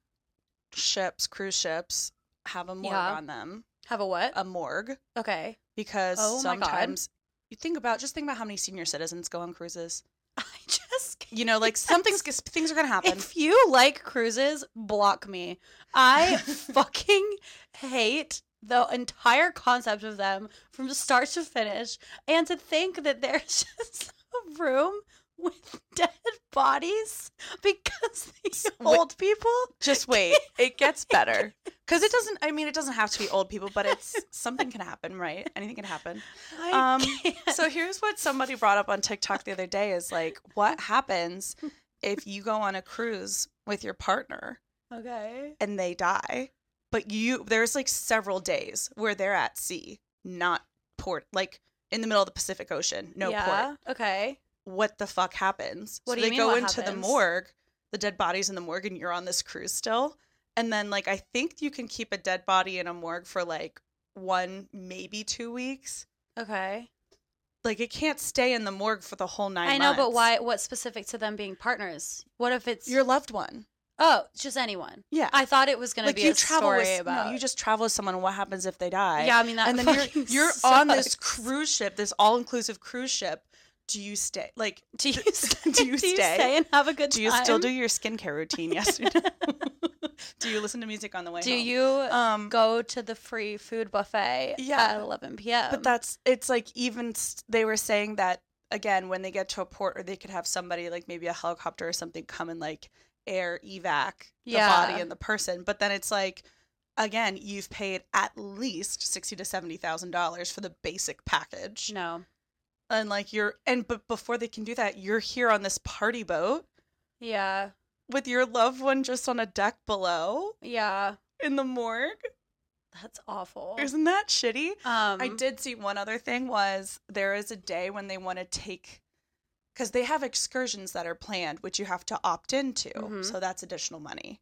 [SPEAKER 3] ships, cruise ships, have a morgue
[SPEAKER 2] Yeah.
[SPEAKER 3] on them,
[SPEAKER 2] have a what?
[SPEAKER 3] a morgue,
[SPEAKER 2] okay.
[SPEAKER 3] because
[SPEAKER 2] Oh my God.
[SPEAKER 3] sometimes you think about just think about how many senior citizens go on cruises.
[SPEAKER 2] I just can't.
[SPEAKER 3] You know, like something's things are gonna happen.
[SPEAKER 2] If you like cruises, block me. I fucking hate the entire concept of them from start to finish. And to think that there's just a room with dead bodies because these
[SPEAKER 3] Wait.
[SPEAKER 2] old people.
[SPEAKER 3] Just wait, it gets better because it doesn't. I mean, it doesn't have to be old people, but it's something can happen, right? Anything can happen.
[SPEAKER 2] I
[SPEAKER 3] Um,
[SPEAKER 2] can't.
[SPEAKER 3] so here's what somebody brought up on TikTok the other day is like, what happens if you go on a cruise with your partner
[SPEAKER 2] okay.
[SPEAKER 3] and they die, but you there's like several days where they're at sea, not port, like in the middle of the Pacific Ocean, no
[SPEAKER 2] yeah.
[SPEAKER 3] port.
[SPEAKER 2] Okay.
[SPEAKER 3] What the fuck happens?
[SPEAKER 2] What
[SPEAKER 3] so
[SPEAKER 2] do you
[SPEAKER 3] they
[SPEAKER 2] mean,
[SPEAKER 3] go
[SPEAKER 2] what
[SPEAKER 3] into the
[SPEAKER 2] happens?
[SPEAKER 3] morgue, the dead bodies in the morgue, and you're on this cruise still. And then like I think you can keep a dead body in a morgue for like one, maybe two weeks.
[SPEAKER 2] Okay.
[SPEAKER 3] Like it can't stay in the morgue for the whole nine.
[SPEAKER 2] I know, but
[SPEAKER 3] months.
[SPEAKER 2] why? What's specific to them being partners? What if it's
[SPEAKER 3] your loved one.
[SPEAKER 2] Oh, just anyone.
[SPEAKER 3] Yeah.
[SPEAKER 2] I thought it was going to be a story
[SPEAKER 3] with
[SPEAKER 2] about.
[SPEAKER 3] no, you just travel with someone. and What happens if they die?
[SPEAKER 2] Yeah, I mean that.
[SPEAKER 3] and then you're
[SPEAKER 2] fucking
[SPEAKER 3] you're on this
[SPEAKER 2] sucks.
[SPEAKER 3] cruise ship, this all inclusive cruise ship. Do you stay? Like,
[SPEAKER 2] Do you stay,
[SPEAKER 3] do you stay?
[SPEAKER 2] and have a good
[SPEAKER 3] do
[SPEAKER 2] time?
[SPEAKER 3] you still do your skincare routine? Yes. or no? do you listen to music on the way?
[SPEAKER 2] Do
[SPEAKER 3] home?
[SPEAKER 2] you
[SPEAKER 3] Um,
[SPEAKER 2] go to the free food buffet
[SPEAKER 3] Yeah.
[SPEAKER 2] at 11 p.m.?
[SPEAKER 3] but that's it's like even s- they were saying that again when they get to a port, or they could have somebody like maybe a helicopter or something come and like air evac the
[SPEAKER 2] Yeah.
[SPEAKER 3] body and the person. But then it's like. Again, you've paid at least sixty to seventy thousand dollars for the basic package.
[SPEAKER 2] no.
[SPEAKER 3] and like you're and but before they can do that you're here on this party boat
[SPEAKER 2] Yeah.
[SPEAKER 3] with your loved one just on a deck below
[SPEAKER 2] Yeah.
[SPEAKER 3] in the morgue
[SPEAKER 2] That's awful.
[SPEAKER 3] isn't that shitty
[SPEAKER 2] Um,
[SPEAKER 3] i did see one other thing was there is a day when they want to take because they have excursions that are planned which you have to opt into
[SPEAKER 2] Mhm.
[SPEAKER 3] so that's additional money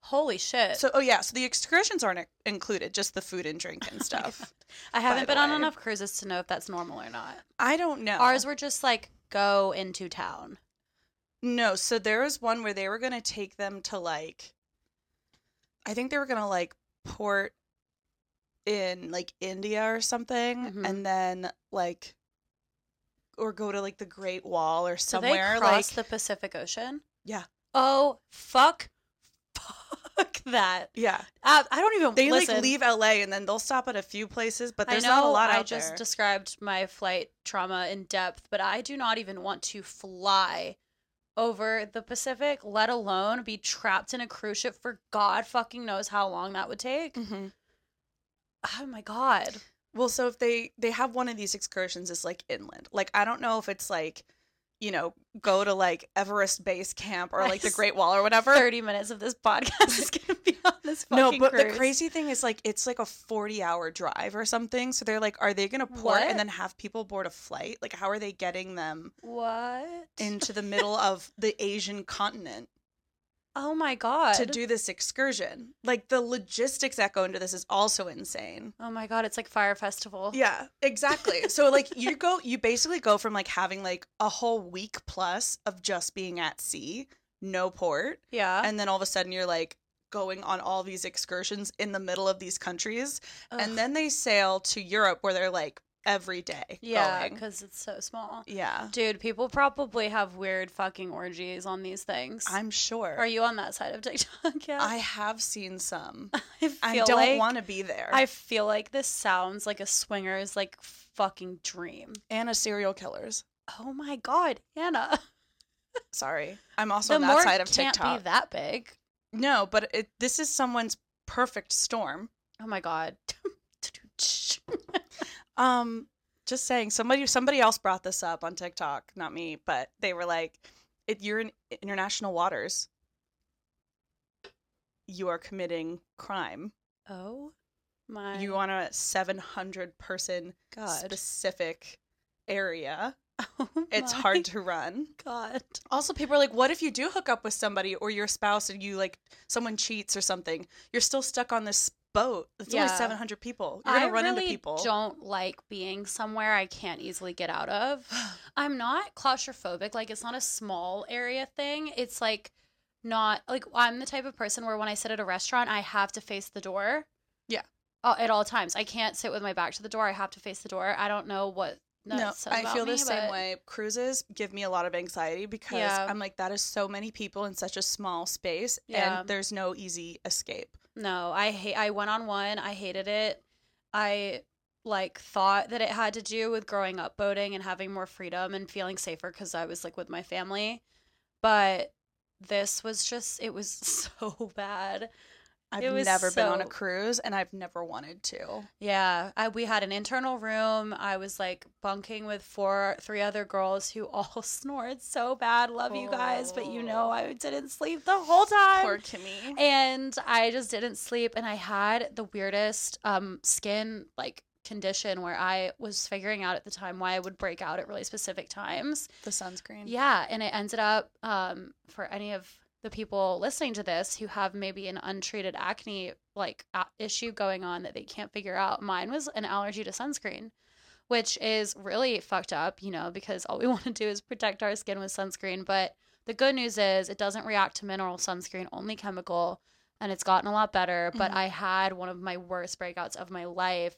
[SPEAKER 2] Holy shit.
[SPEAKER 3] so oh yeah so the excursions aren't included just the food and drink and stuff
[SPEAKER 2] I
[SPEAKER 3] the
[SPEAKER 2] haven't been on
[SPEAKER 3] way-
[SPEAKER 2] enough cruises to know if that's normal or not.
[SPEAKER 3] i don't know
[SPEAKER 2] Ours were just like go into town.
[SPEAKER 3] No, so there was one where they were going to take them to like, I think they were going to like port in like India or something,
[SPEAKER 2] Mhm.
[SPEAKER 3] and then like, or go to like the Great Wall or
[SPEAKER 2] So
[SPEAKER 3] somewhere. like,
[SPEAKER 2] they crossed the Pacific Ocean.
[SPEAKER 3] Yeah.
[SPEAKER 2] Oh fuck, fuck that.
[SPEAKER 3] yeah,
[SPEAKER 2] Uh, I don't even.
[SPEAKER 3] they
[SPEAKER 2] listen,
[SPEAKER 3] like leave LA and then they'll stop at a few places, but there's
[SPEAKER 2] I know
[SPEAKER 3] not a lot
[SPEAKER 2] I
[SPEAKER 3] out
[SPEAKER 2] just
[SPEAKER 3] there.
[SPEAKER 2] described my flight trauma in depth, but I do not even want to fly over the Pacific, let alone be trapped in a cruise ship for God fucking knows how long that would take.
[SPEAKER 3] Mhm.
[SPEAKER 2] Oh my God.
[SPEAKER 3] Well, so if they they have one of these excursions, it's like inland. Like I don't know if it's like, you know, go to like Everest Base Camp or like the
[SPEAKER 2] Nice.
[SPEAKER 3] Great Wall or whatever.
[SPEAKER 2] 30 minutes of this podcast is going to be on this
[SPEAKER 3] No,
[SPEAKER 2] fucking
[SPEAKER 3] but the
[SPEAKER 2] cruise.
[SPEAKER 3] crazy thing is like it's like a 40 hour drive or something. So they're like, are they gonna port
[SPEAKER 2] What?
[SPEAKER 3] and then have people board a flight? Like how are they getting them
[SPEAKER 2] What?
[SPEAKER 3] into the middle of the Asian continent
[SPEAKER 2] oh my God.
[SPEAKER 3] to do this excursion? Like the logistics that go into this is also insane.
[SPEAKER 2] oh my God. It's like Fire Festival.
[SPEAKER 3] Yeah, exactly. so like you go you basically go from like having like a whole week plus of just being at sea, no port,
[SPEAKER 2] Yeah.
[SPEAKER 3] and then all of a sudden you're like going on all these excursions in the middle of these countries
[SPEAKER 2] Ugh.
[SPEAKER 3] and then they sail to Europe where they're like every day.
[SPEAKER 2] yeah,
[SPEAKER 3] going.
[SPEAKER 2] because it's so small.
[SPEAKER 3] yeah,
[SPEAKER 2] Dude, people probably have weird fucking orgies on these things.
[SPEAKER 3] I'm sure.
[SPEAKER 2] Are you on that side of TikTok? Yeah.
[SPEAKER 3] I have seen some.
[SPEAKER 2] I feel
[SPEAKER 3] I don't
[SPEAKER 2] like
[SPEAKER 3] want to be there.
[SPEAKER 2] I feel like this sounds like a swingers like f- fucking dream.
[SPEAKER 3] and a serial killers.
[SPEAKER 2] Oh my god, Anna.
[SPEAKER 3] Sorry, I'm also on
[SPEAKER 2] the
[SPEAKER 3] that
[SPEAKER 2] morgue
[SPEAKER 3] side of
[SPEAKER 2] can't
[SPEAKER 3] TikTok.
[SPEAKER 2] be that big.
[SPEAKER 3] No, but it, this is someone's perfect storm.
[SPEAKER 2] Oh my god.
[SPEAKER 3] Um, just saying, somebody somebody else brought this up on TikTok, not me, but they were like, "If you're in international waters, you are committing crime.
[SPEAKER 2] oh my
[SPEAKER 3] You on a 700 person
[SPEAKER 2] god.
[SPEAKER 3] specific area.
[SPEAKER 2] Oh
[SPEAKER 3] It's
[SPEAKER 2] my
[SPEAKER 3] hard to run."
[SPEAKER 2] God.
[SPEAKER 3] Also, people are like, "What if you do hook up with somebody or your spouse, and you like someone cheats or something? You're still stuck on this boat. It's only
[SPEAKER 2] Yeah.
[SPEAKER 3] 700 people. You're gonna
[SPEAKER 2] I
[SPEAKER 3] run
[SPEAKER 2] really
[SPEAKER 3] into people."
[SPEAKER 2] don't like being somewhere I can't easily get out of. I'm not claustrophobic. Like it's not a small area thing. It's like not like I'm the type of person where when I sit at a restaurant, I have to face the door.
[SPEAKER 3] Yeah.
[SPEAKER 2] Uh, at all times, I can't sit with my back to the door. I have to face the door. I don't know what. that
[SPEAKER 3] No,
[SPEAKER 2] says
[SPEAKER 3] I
[SPEAKER 2] about
[SPEAKER 3] feel
[SPEAKER 2] me,
[SPEAKER 3] the same
[SPEAKER 2] but-
[SPEAKER 3] way. Cruises give me a lot of anxiety because
[SPEAKER 2] Yeah.
[SPEAKER 3] I'm like, that is so many people in such a small space,
[SPEAKER 2] Yeah.
[SPEAKER 3] and there's no easy escape.
[SPEAKER 2] No, I hate. I went on one. I hated it. I like thought that it had to do with growing up boating and having more freedom and feeling safer because I was like with my family, but this was just it was so bad.
[SPEAKER 3] I've
[SPEAKER 2] It was
[SPEAKER 3] never been on a
[SPEAKER 2] so-
[SPEAKER 3] cruise, and I've never wanted to.
[SPEAKER 2] Yeah, I, we had an internal room. I was like bunking with four, three other girls who all snored so bad. Love you guys, but you know
[SPEAKER 3] Oh.
[SPEAKER 2] I didn't sleep the whole time. Eh,
[SPEAKER 3] Poor Kimmy.
[SPEAKER 2] and I just didn't sleep and I had the weirdest um skin like condition where I was figuring out at the time why I would break out at really specific times.
[SPEAKER 3] The sunscreen.
[SPEAKER 2] Yeah, and it ended up um for any of the people listening to this who have maybe an untreated acne like uh, issue going on that they can't figure out. Mine was an allergy to sunscreen, which is really fucked up, you know, because all we want to do is protect our skin with sunscreen, but the good news is it doesn't react to mineral sunscreen, only chemical, and it's gotten a lot better. But
[SPEAKER 3] Mhm.
[SPEAKER 2] I had one of my worst breakouts of my life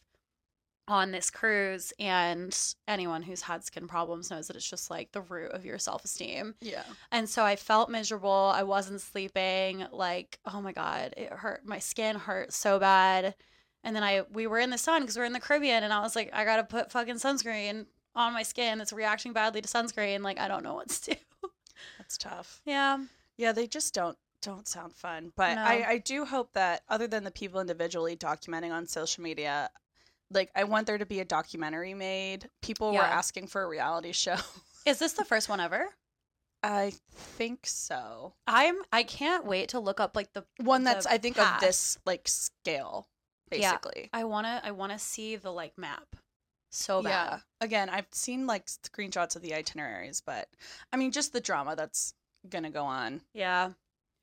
[SPEAKER 2] on this cruise. And anyone who's had skin problems knows that it's just like the root of your self esteem.
[SPEAKER 3] Yeah.
[SPEAKER 2] And so I felt miserable. I wasn't sleeping. Like, oh my God, it hurt. My skin hurt so bad. And then I we were in the sun because we are in the Caribbean, and I was like, I gotta put fucking sunscreen on my skin that's reacting badly to sunscreen. Like, I don't know what to do.
[SPEAKER 3] That's tough.
[SPEAKER 2] Yeah.
[SPEAKER 3] Yeah, they just don't don't sound fun. But
[SPEAKER 2] No.
[SPEAKER 3] I, I do hope that other than the people individually documenting on social media, like I want there to be a documentary made. People were
[SPEAKER 2] Yeah.
[SPEAKER 3] asking for a reality show.
[SPEAKER 2] Is this the first one ever?
[SPEAKER 3] I think so.
[SPEAKER 2] I'm I can't wait to look up like the
[SPEAKER 3] One
[SPEAKER 2] the
[SPEAKER 3] that's I think
[SPEAKER 2] path.
[SPEAKER 3] of this like scale,
[SPEAKER 2] Yeah.
[SPEAKER 3] basically.
[SPEAKER 2] I wanna I wanna see the like map so bad.
[SPEAKER 3] yeah. Again, I've seen like screenshots of the itineraries, but I mean just the drama that's gonna go on.
[SPEAKER 2] Yeah.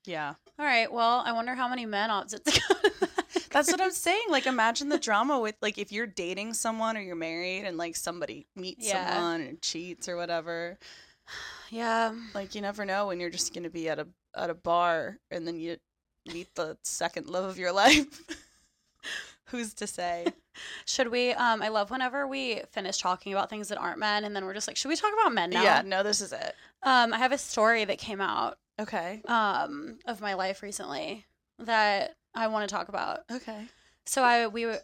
[SPEAKER 3] Yeah.
[SPEAKER 2] All right. Well, I wonder how many men opted to go.
[SPEAKER 3] That's what I'm saying. Like imagine the drama with like if you're dating someone or you're married and like somebody meets
[SPEAKER 2] Yeah.
[SPEAKER 3] someone and cheats or whatever.
[SPEAKER 2] yeah.
[SPEAKER 3] Like you never know when you're just gonna be at a at a bar and then you meet the second love of your life. Who's to say?
[SPEAKER 2] Should we um I love whenever we finish talking about things that aren't men and then we're just like, should we talk about men now?
[SPEAKER 3] Yeah, no, this is it.
[SPEAKER 2] Um I have a story that came out
[SPEAKER 3] Okay.
[SPEAKER 2] um of my life recently that I want to talk about.
[SPEAKER 3] Okay.
[SPEAKER 2] So I we were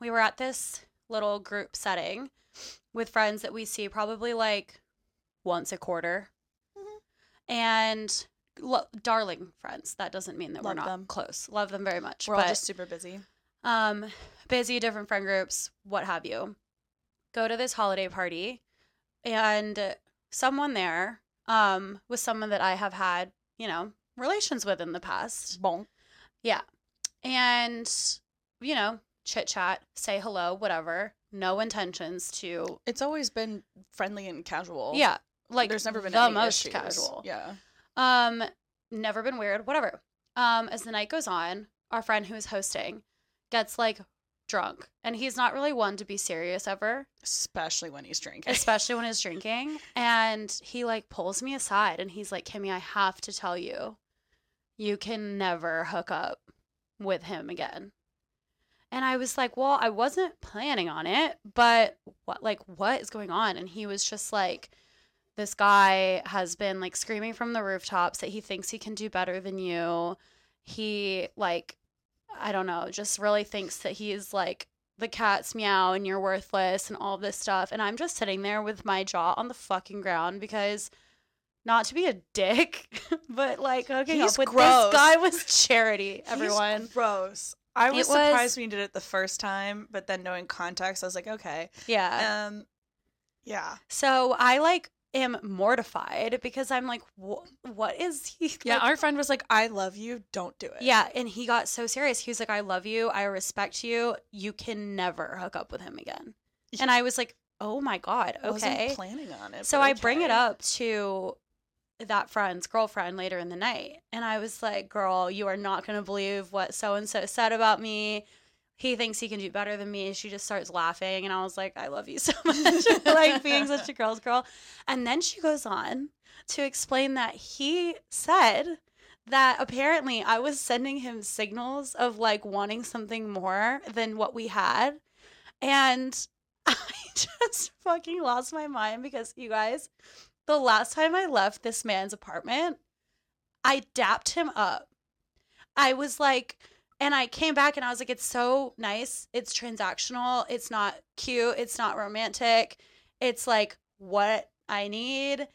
[SPEAKER 2] we were at this little group setting with friends that we see probably like once a quarter,
[SPEAKER 3] Mhm.
[SPEAKER 2] and lo- darling friends. That doesn't mean that
[SPEAKER 3] Love
[SPEAKER 2] we're not
[SPEAKER 3] them.
[SPEAKER 2] close. Love them very much.
[SPEAKER 3] We're
[SPEAKER 2] but
[SPEAKER 3] all just super busy.
[SPEAKER 2] um, busy, different friend groups, what have you. Go to this holiday party, and someone there um was someone that I have had you know relations with in the past
[SPEAKER 3] Bon.
[SPEAKER 2] and you know chit chat say hello whatever no intentions to
[SPEAKER 3] It's always been friendly and casual.
[SPEAKER 2] yeah like
[SPEAKER 3] there's never been
[SPEAKER 2] the
[SPEAKER 3] any
[SPEAKER 2] most
[SPEAKER 3] issues.
[SPEAKER 2] casual
[SPEAKER 3] Yeah.
[SPEAKER 2] um never been weird whatever um as the night goes on our friend who is hosting gets like drunk and he's not really one to be serious ever
[SPEAKER 3] Especially when he's drinking.
[SPEAKER 2] especially when he's drinking. And he like pulls me aside and he's like, Kimmy, I have to tell you, you can never hook up with him again. And I was like, well, I wasn't planning on it, but what, like, what is going on? And he was just like, this guy has been like screaming from the rooftops that he thinks he can do better than you. He, like, I don't know, just really thinks that he's like the cats meow and you're worthless and all this stuff. And I'm just sitting there with my jaw on the fucking ground because not to be a dick, but like hooking
[SPEAKER 1] He's
[SPEAKER 2] up with
[SPEAKER 1] gross.
[SPEAKER 2] this guy was charity,
[SPEAKER 3] He's
[SPEAKER 2] everyone.
[SPEAKER 3] gross. I was,
[SPEAKER 2] It was-
[SPEAKER 3] surprised when you did it the first time, but then knowing context, I was like, okay.
[SPEAKER 2] Yeah.
[SPEAKER 3] Um, yeah.
[SPEAKER 2] so I like am mortified because I'm like, "Wha- what is he?
[SPEAKER 3] Yeah.
[SPEAKER 2] like,
[SPEAKER 3] our friend was like, I love you. Don't do it.
[SPEAKER 2] Yeah, and he got so serious. He was like, "I love you. I respect you. You can never hook up with him again." And I was like, "Oh my god, okay."
[SPEAKER 3] Wasn't planning on it.
[SPEAKER 2] So
[SPEAKER 3] but
[SPEAKER 2] I bring it
[SPEAKER 3] okay.
[SPEAKER 2] up to that friend's girlfriend later in the night, and I was like, "Girl, you are not going to believe what so and so said about me." He thinks he can do better than me, and she just starts laughing. And I was like, "I love you so much for like being such a girl's girl." And then she goes on to explain that he said that apparently I was sending him signals of like wanting something more than what we had. And I just fucking lost my mind because you guys, the last time I left this man's apartment, I dapped him up. I was like, and I came back and I was like, it's so nice. It's transactional. It's not cute. It's not romantic. It's like what I need.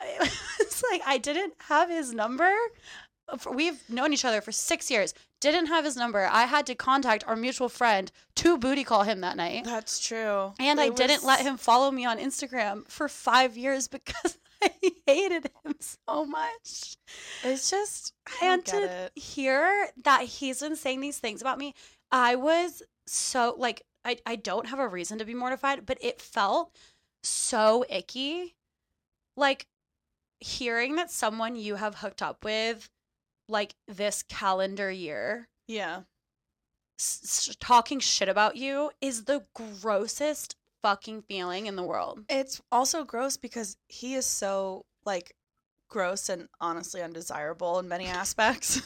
[SPEAKER 2] It's like I didn't have his number. We've known each other for six years. Didn't have his number. I had to contact our mutual friend to booty call him that night.
[SPEAKER 3] That's true.
[SPEAKER 2] And I
[SPEAKER 3] It
[SPEAKER 2] didn't
[SPEAKER 3] was-
[SPEAKER 2] let him follow me on Instagram for five years because I hated him so much.
[SPEAKER 3] It's just. I don't
[SPEAKER 2] And
[SPEAKER 3] get
[SPEAKER 2] to
[SPEAKER 3] it.
[SPEAKER 2] hear that he's been saying these things about me, I was so like, I, I don't have a reason to be mortified, but it felt so icky. Like hearing that someone you have hooked up with, like this calendar year,
[SPEAKER 3] Yeah.
[SPEAKER 2] s- s- talking shit about you is the grossest fucking feeling in the world.
[SPEAKER 3] It's also gross because he is so like gross and honestly undesirable in many aspects.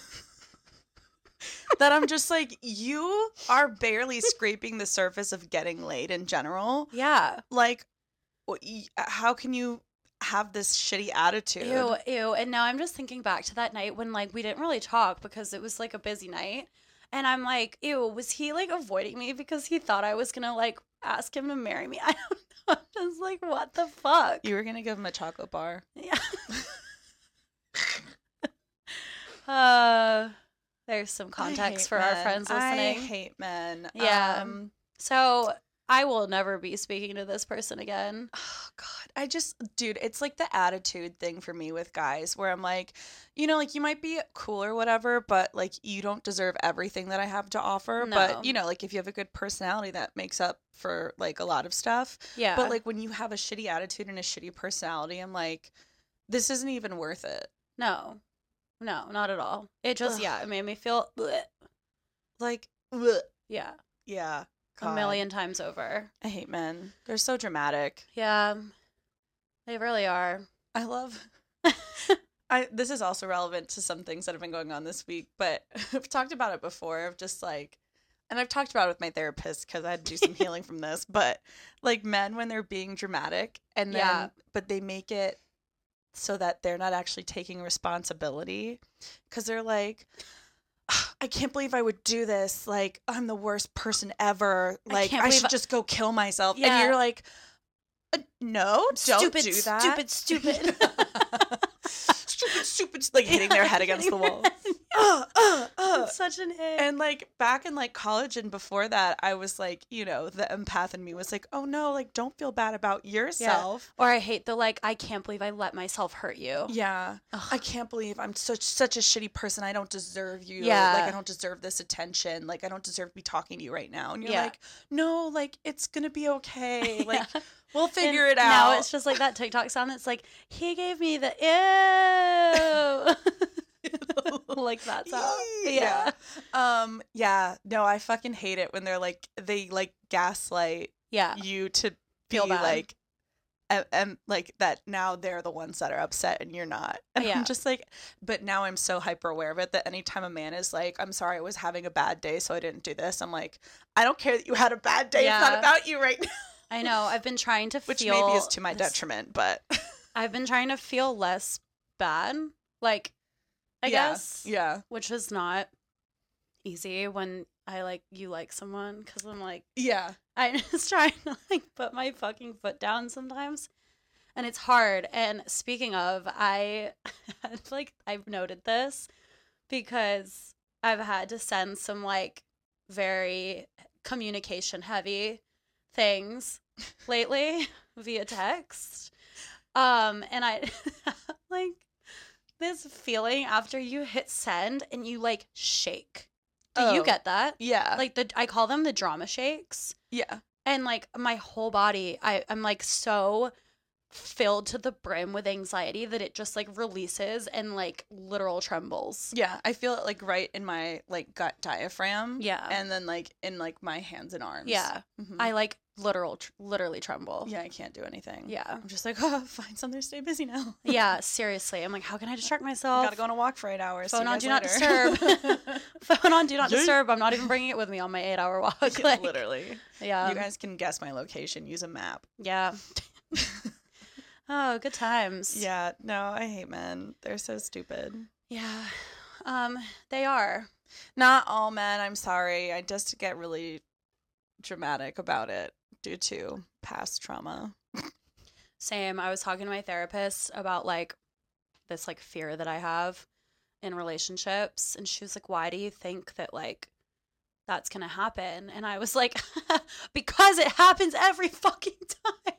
[SPEAKER 3] that I'm just like, you are barely scraping the surface of getting laid in general.
[SPEAKER 2] Yeah.
[SPEAKER 3] Like, wh- y- uh, how can you have this shitty attitude?
[SPEAKER 2] Ew, ew. And now I'm just thinking back to that night when like we didn't really talk because it was like a busy night. And I'm like, ew, was he like avoiding me because he thought I was gonna like ask him to marry me? I don't know. I'm just like, what the fuck?
[SPEAKER 3] You were gonna give him a chocolate bar.
[SPEAKER 2] Yeah. uh there's some context for our friends
[SPEAKER 3] I
[SPEAKER 2] listening.
[SPEAKER 3] hate men.
[SPEAKER 2] Yeah.
[SPEAKER 3] Um,
[SPEAKER 2] so I will never be speaking to this person again.
[SPEAKER 3] Oh God, I just, dude, it's like the attitude thing for me with guys where I'm like, you know, like you might be cool or whatever, but like you don't deserve everything that I have to offer.
[SPEAKER 2] No.
[SPEAKER 3] But you know, like if you have a good personality, that makes up for like a lot of stuff.
[SPEAKER 2] Yeah.
[SPEAKER 3] But like when you have a shitty attitude and a shitty personality, I'm like, this isn't even worth it.
[SPEAKER 2] No, no, not at all. It just,
[SPEAKER 3] Ugh.
[SPEAKER 2] yeah, it made me feel, bleh.
[SPEAKER 3] Like, bleh.
[SPEAKER 2] yeah,
[SPEAKER 3] yeah,
[SPEAKER 2] a
[SPEAKER 3] God.
[SPEAKER 2] million times over.
[SPEAKER 3] I hate men. They're so dramatic.
[SPEAKER 2] Yeah, they really are.
[SPEAKER 3] I love. I this is also relevant to some things that have been going on this week, but I've talked about it before. Of just like, and I've talked about it with my therapist because I had to do some healing from this. But like men when they're being dramatic, and then
[SPEAKER 2] Yeah.
[SPEAKER 3] but they make it so that they're not actually taking responsibility because they're like. "Ah, I can't believe I would do this. Like, I'm the worst person ever.
[SPEAKER 2] I
[SPEAKER 3] Like,
[SPEAKER 2] can't
[SPEAKER 3] I,
[SPEAKER 2] believe
[SPEAKER 3] should
[SPEAKER 2] I-
[SPEAKER 3] just go kill myself.
[SPEAKER 2] Yeah.
[SPEAKER 3] And you're like, uh, no, don't
[SPEAKER 2] stupid,
[SPEAKER 3] do that.
[SPEAKER 2] stupid, stupid.
[SPEAKER 3] stupid, stupid, like hitting their head against the wall. Uh, uh, uh.
[SPEAKER 2] It's such an ick.
[SPEAKER 3] And like back in like college and before that, I was like, you know, the empath in me was like, oh no, like don't feel bad about yourself.
[SPEAKER 2] or I hate the like, I can't believe I let myself hurt you.
[SPEAKER 3] Yeah.
[SPEAKER 2] Ugh.
[SPEAKER 3] Oh. I can't believe I'm such such a shitty person. I don't deserve you.
[SPEAKER 2] Yeah.
[SPEAKER 3] Like I don't deserve this attention. Like I don't deserve to be talking to you right now. And you're
[SPEAKER 2] Yeah.
[SPEAKER 3] like, no, like it's gonna be okay. Like
[SPEAKER 2] Yeah.
[SPEAKER 3] we'll
[SPEAKER 2] And
[SPEAKER 3] figure it out.
[SPEAKER 2] Now it's just like that TikTok sound that's like, he gave me the ew. like that sound.
[SPEAKER 3] yeah. Um, yeah. No, I fucking hate it when they're like they like gaslight
[SPEAKER 2] Yeah.
[SPEAKER 3] you to
[SPEAKER 2] Uh, Feel
[SPEAKER 3] be
[SPEAKER 2] bad.
[SPEAKER 3] like and, and like that now they're the ones that are upset and you're not. And
[SPEAKER 2] Yeah.
[SPEAKER 3] I'm just like but now I'm so hyper aware of it that anytime a man is like, I'm sorry I was having a bad day so I didn't do this, I'm like, I don't care that you had a bad day. It's
[SPEAKER 2] Yeah.
[SPEAKER 3] not about you right now.
[SPEAKER 2] I know. I've been trying to
[SPEAKER 3] Which
[SPEAKER 2] feel
[SPEAKER 3] maybe is to my
[SPEAKER 2] this-
[SPEAKER 3] detriment, but
[SPEAKER 2] I've been trying to feel less bad, like I
[SPEAKER 3] Yeah.
[SPEAKER 2] guess,
[SPEAKER 3] yeah.
[SPEAKER 2] which is not easy when I like you like someone because I'm like
[SPEAKER 3] Yeah.
[SPEAKER 2] I'm just trying to like put my fucking foot down sometimes. And it's hard. And speaking of, I had, like I've noted this because I've had to send some like very communication heavy things lately via text. Um and I like this feeling after you hit send and you like shake. Do you
[SPEAKER 3] Oh.
[SPEAKER 2] get that?
[SPEAKER 3] Yeah.
[SPEAKER 2] Like the I call them the drama shakes
[SPEAKER 3] yeah.
[SPEAKER 2] and like my whole body I, i'm like so filled to the brim with anxiety that it just like releases and like literal trembles
[SPEAKER 3] Yeah. I feel it like right in my like gut diaphragm.
[SPEAKER 2] Yeah.
[SPEAKER 3] And then like in like my hands and arms.
[SPEAKER 2] yeah
[SPEAKER 3] Mhm.
[SPEAKER 2] i like literal tr- literally tremble
[SPEAKER 3] yeah, I can't do anything.
[SPEAKER 2] yeah
[SPEAKER 3] I'm just like, oh, find something to stay busy now.
[SPEAKER 2] yeah seriously i'm like how can i distract
[SPEAKER 3] I
[SPEAKER 2] myself
[SPEAKER 3] gotta go on a walk for eight hours. See
[SPEAKER 2] Phone
[SPEAKER 3] you
[SPEAKER 2] on
[SPEAKER 3] guys
[SPEAKER 2] do not
[SPEAKER 3] later.
[SPEAKER 2] phone on do not
[SPEAKER 3] Yeet.
[SPEAKER 2] disturb i'm not even bringing it with me on my eight hour walk
[SPEAKER 3] Yeah,
[SPEAKER 2] like,
[SPEAKER 3] Literally.
[SPEAKER 2] yeah
[SPEAKER 3] you guys can guess my location. Use a map.
[SPEAKER 2] yeah oh good times
[SPEAKER 3] Yeah. No, I hate men. They're so stupid.
[SPEAKER 2] yeah um they are
[SPEAKER 3] Not all men. I'm sorry. I just get really dramatic about it due to past trauma.
[SPEAKER 2] Same. I was talking to my therapist about like this like fear that I have in relationships and she was like, "Why do you think that like that's going to happen?" And I was like, "Because it happens every fucking time.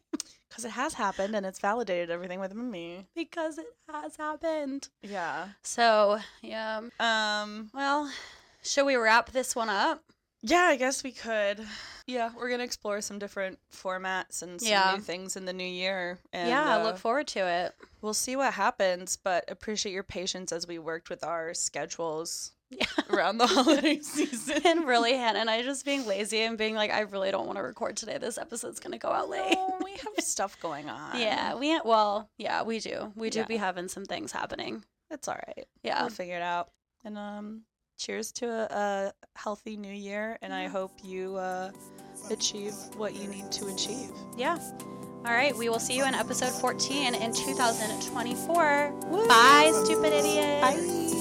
[SPEAKER 3] Because it has happened and it's validated everything within me.
[SPEAKER 2] Because it has happened."
[SPEAKER 3] Yeah.
[SPEAKER 2] So, yeah.
[SPEAKER 3] Um.
[SPEAKER 2] Well, should we wrap this one up?
[SPEAKER 3] Yeah, I guess we could. Yeah, we're gonna explore some different formats and some
[SPEAKER 2] Yeah.
[SPEAKER 3] new things in the new year. And,
[SPEAKER 2] yeah, I
[SPEAKER 3] uh,
[SPEAKER 2] look forward to it.
[SPEAKER 3] We'll see what happens, but appreciate your patience as we worked with our schedules
[SPEAKER 2] Yeah.
[SPEAKER 3] around the holiday season.
[SPEAKER 2] and really, Hannah and I just being lazy and being like, I really don't want to record today. This episode's going to go out late.
[SPEAKER 3] No, we have stuff going on.
[SPEAKER 2] Yeah, we well, yeah, we do. We do
[SPEAKER 3] Yeah.
[SPEAKER 2] be having some things happening.
[SPEAKER 3] it's all right.
[SPEAKER 2] Yeah.
[SPEAKER 3] We'll figure it out. And um, cheers to a, a healthy new year. And I hope you uh, achieve what you need to achieve.
[SPEAKER 2] Yeah. All right, we will see you in episode 14 in 2024. Bye, stupid idiots.
[SPEAKER 3] Bye.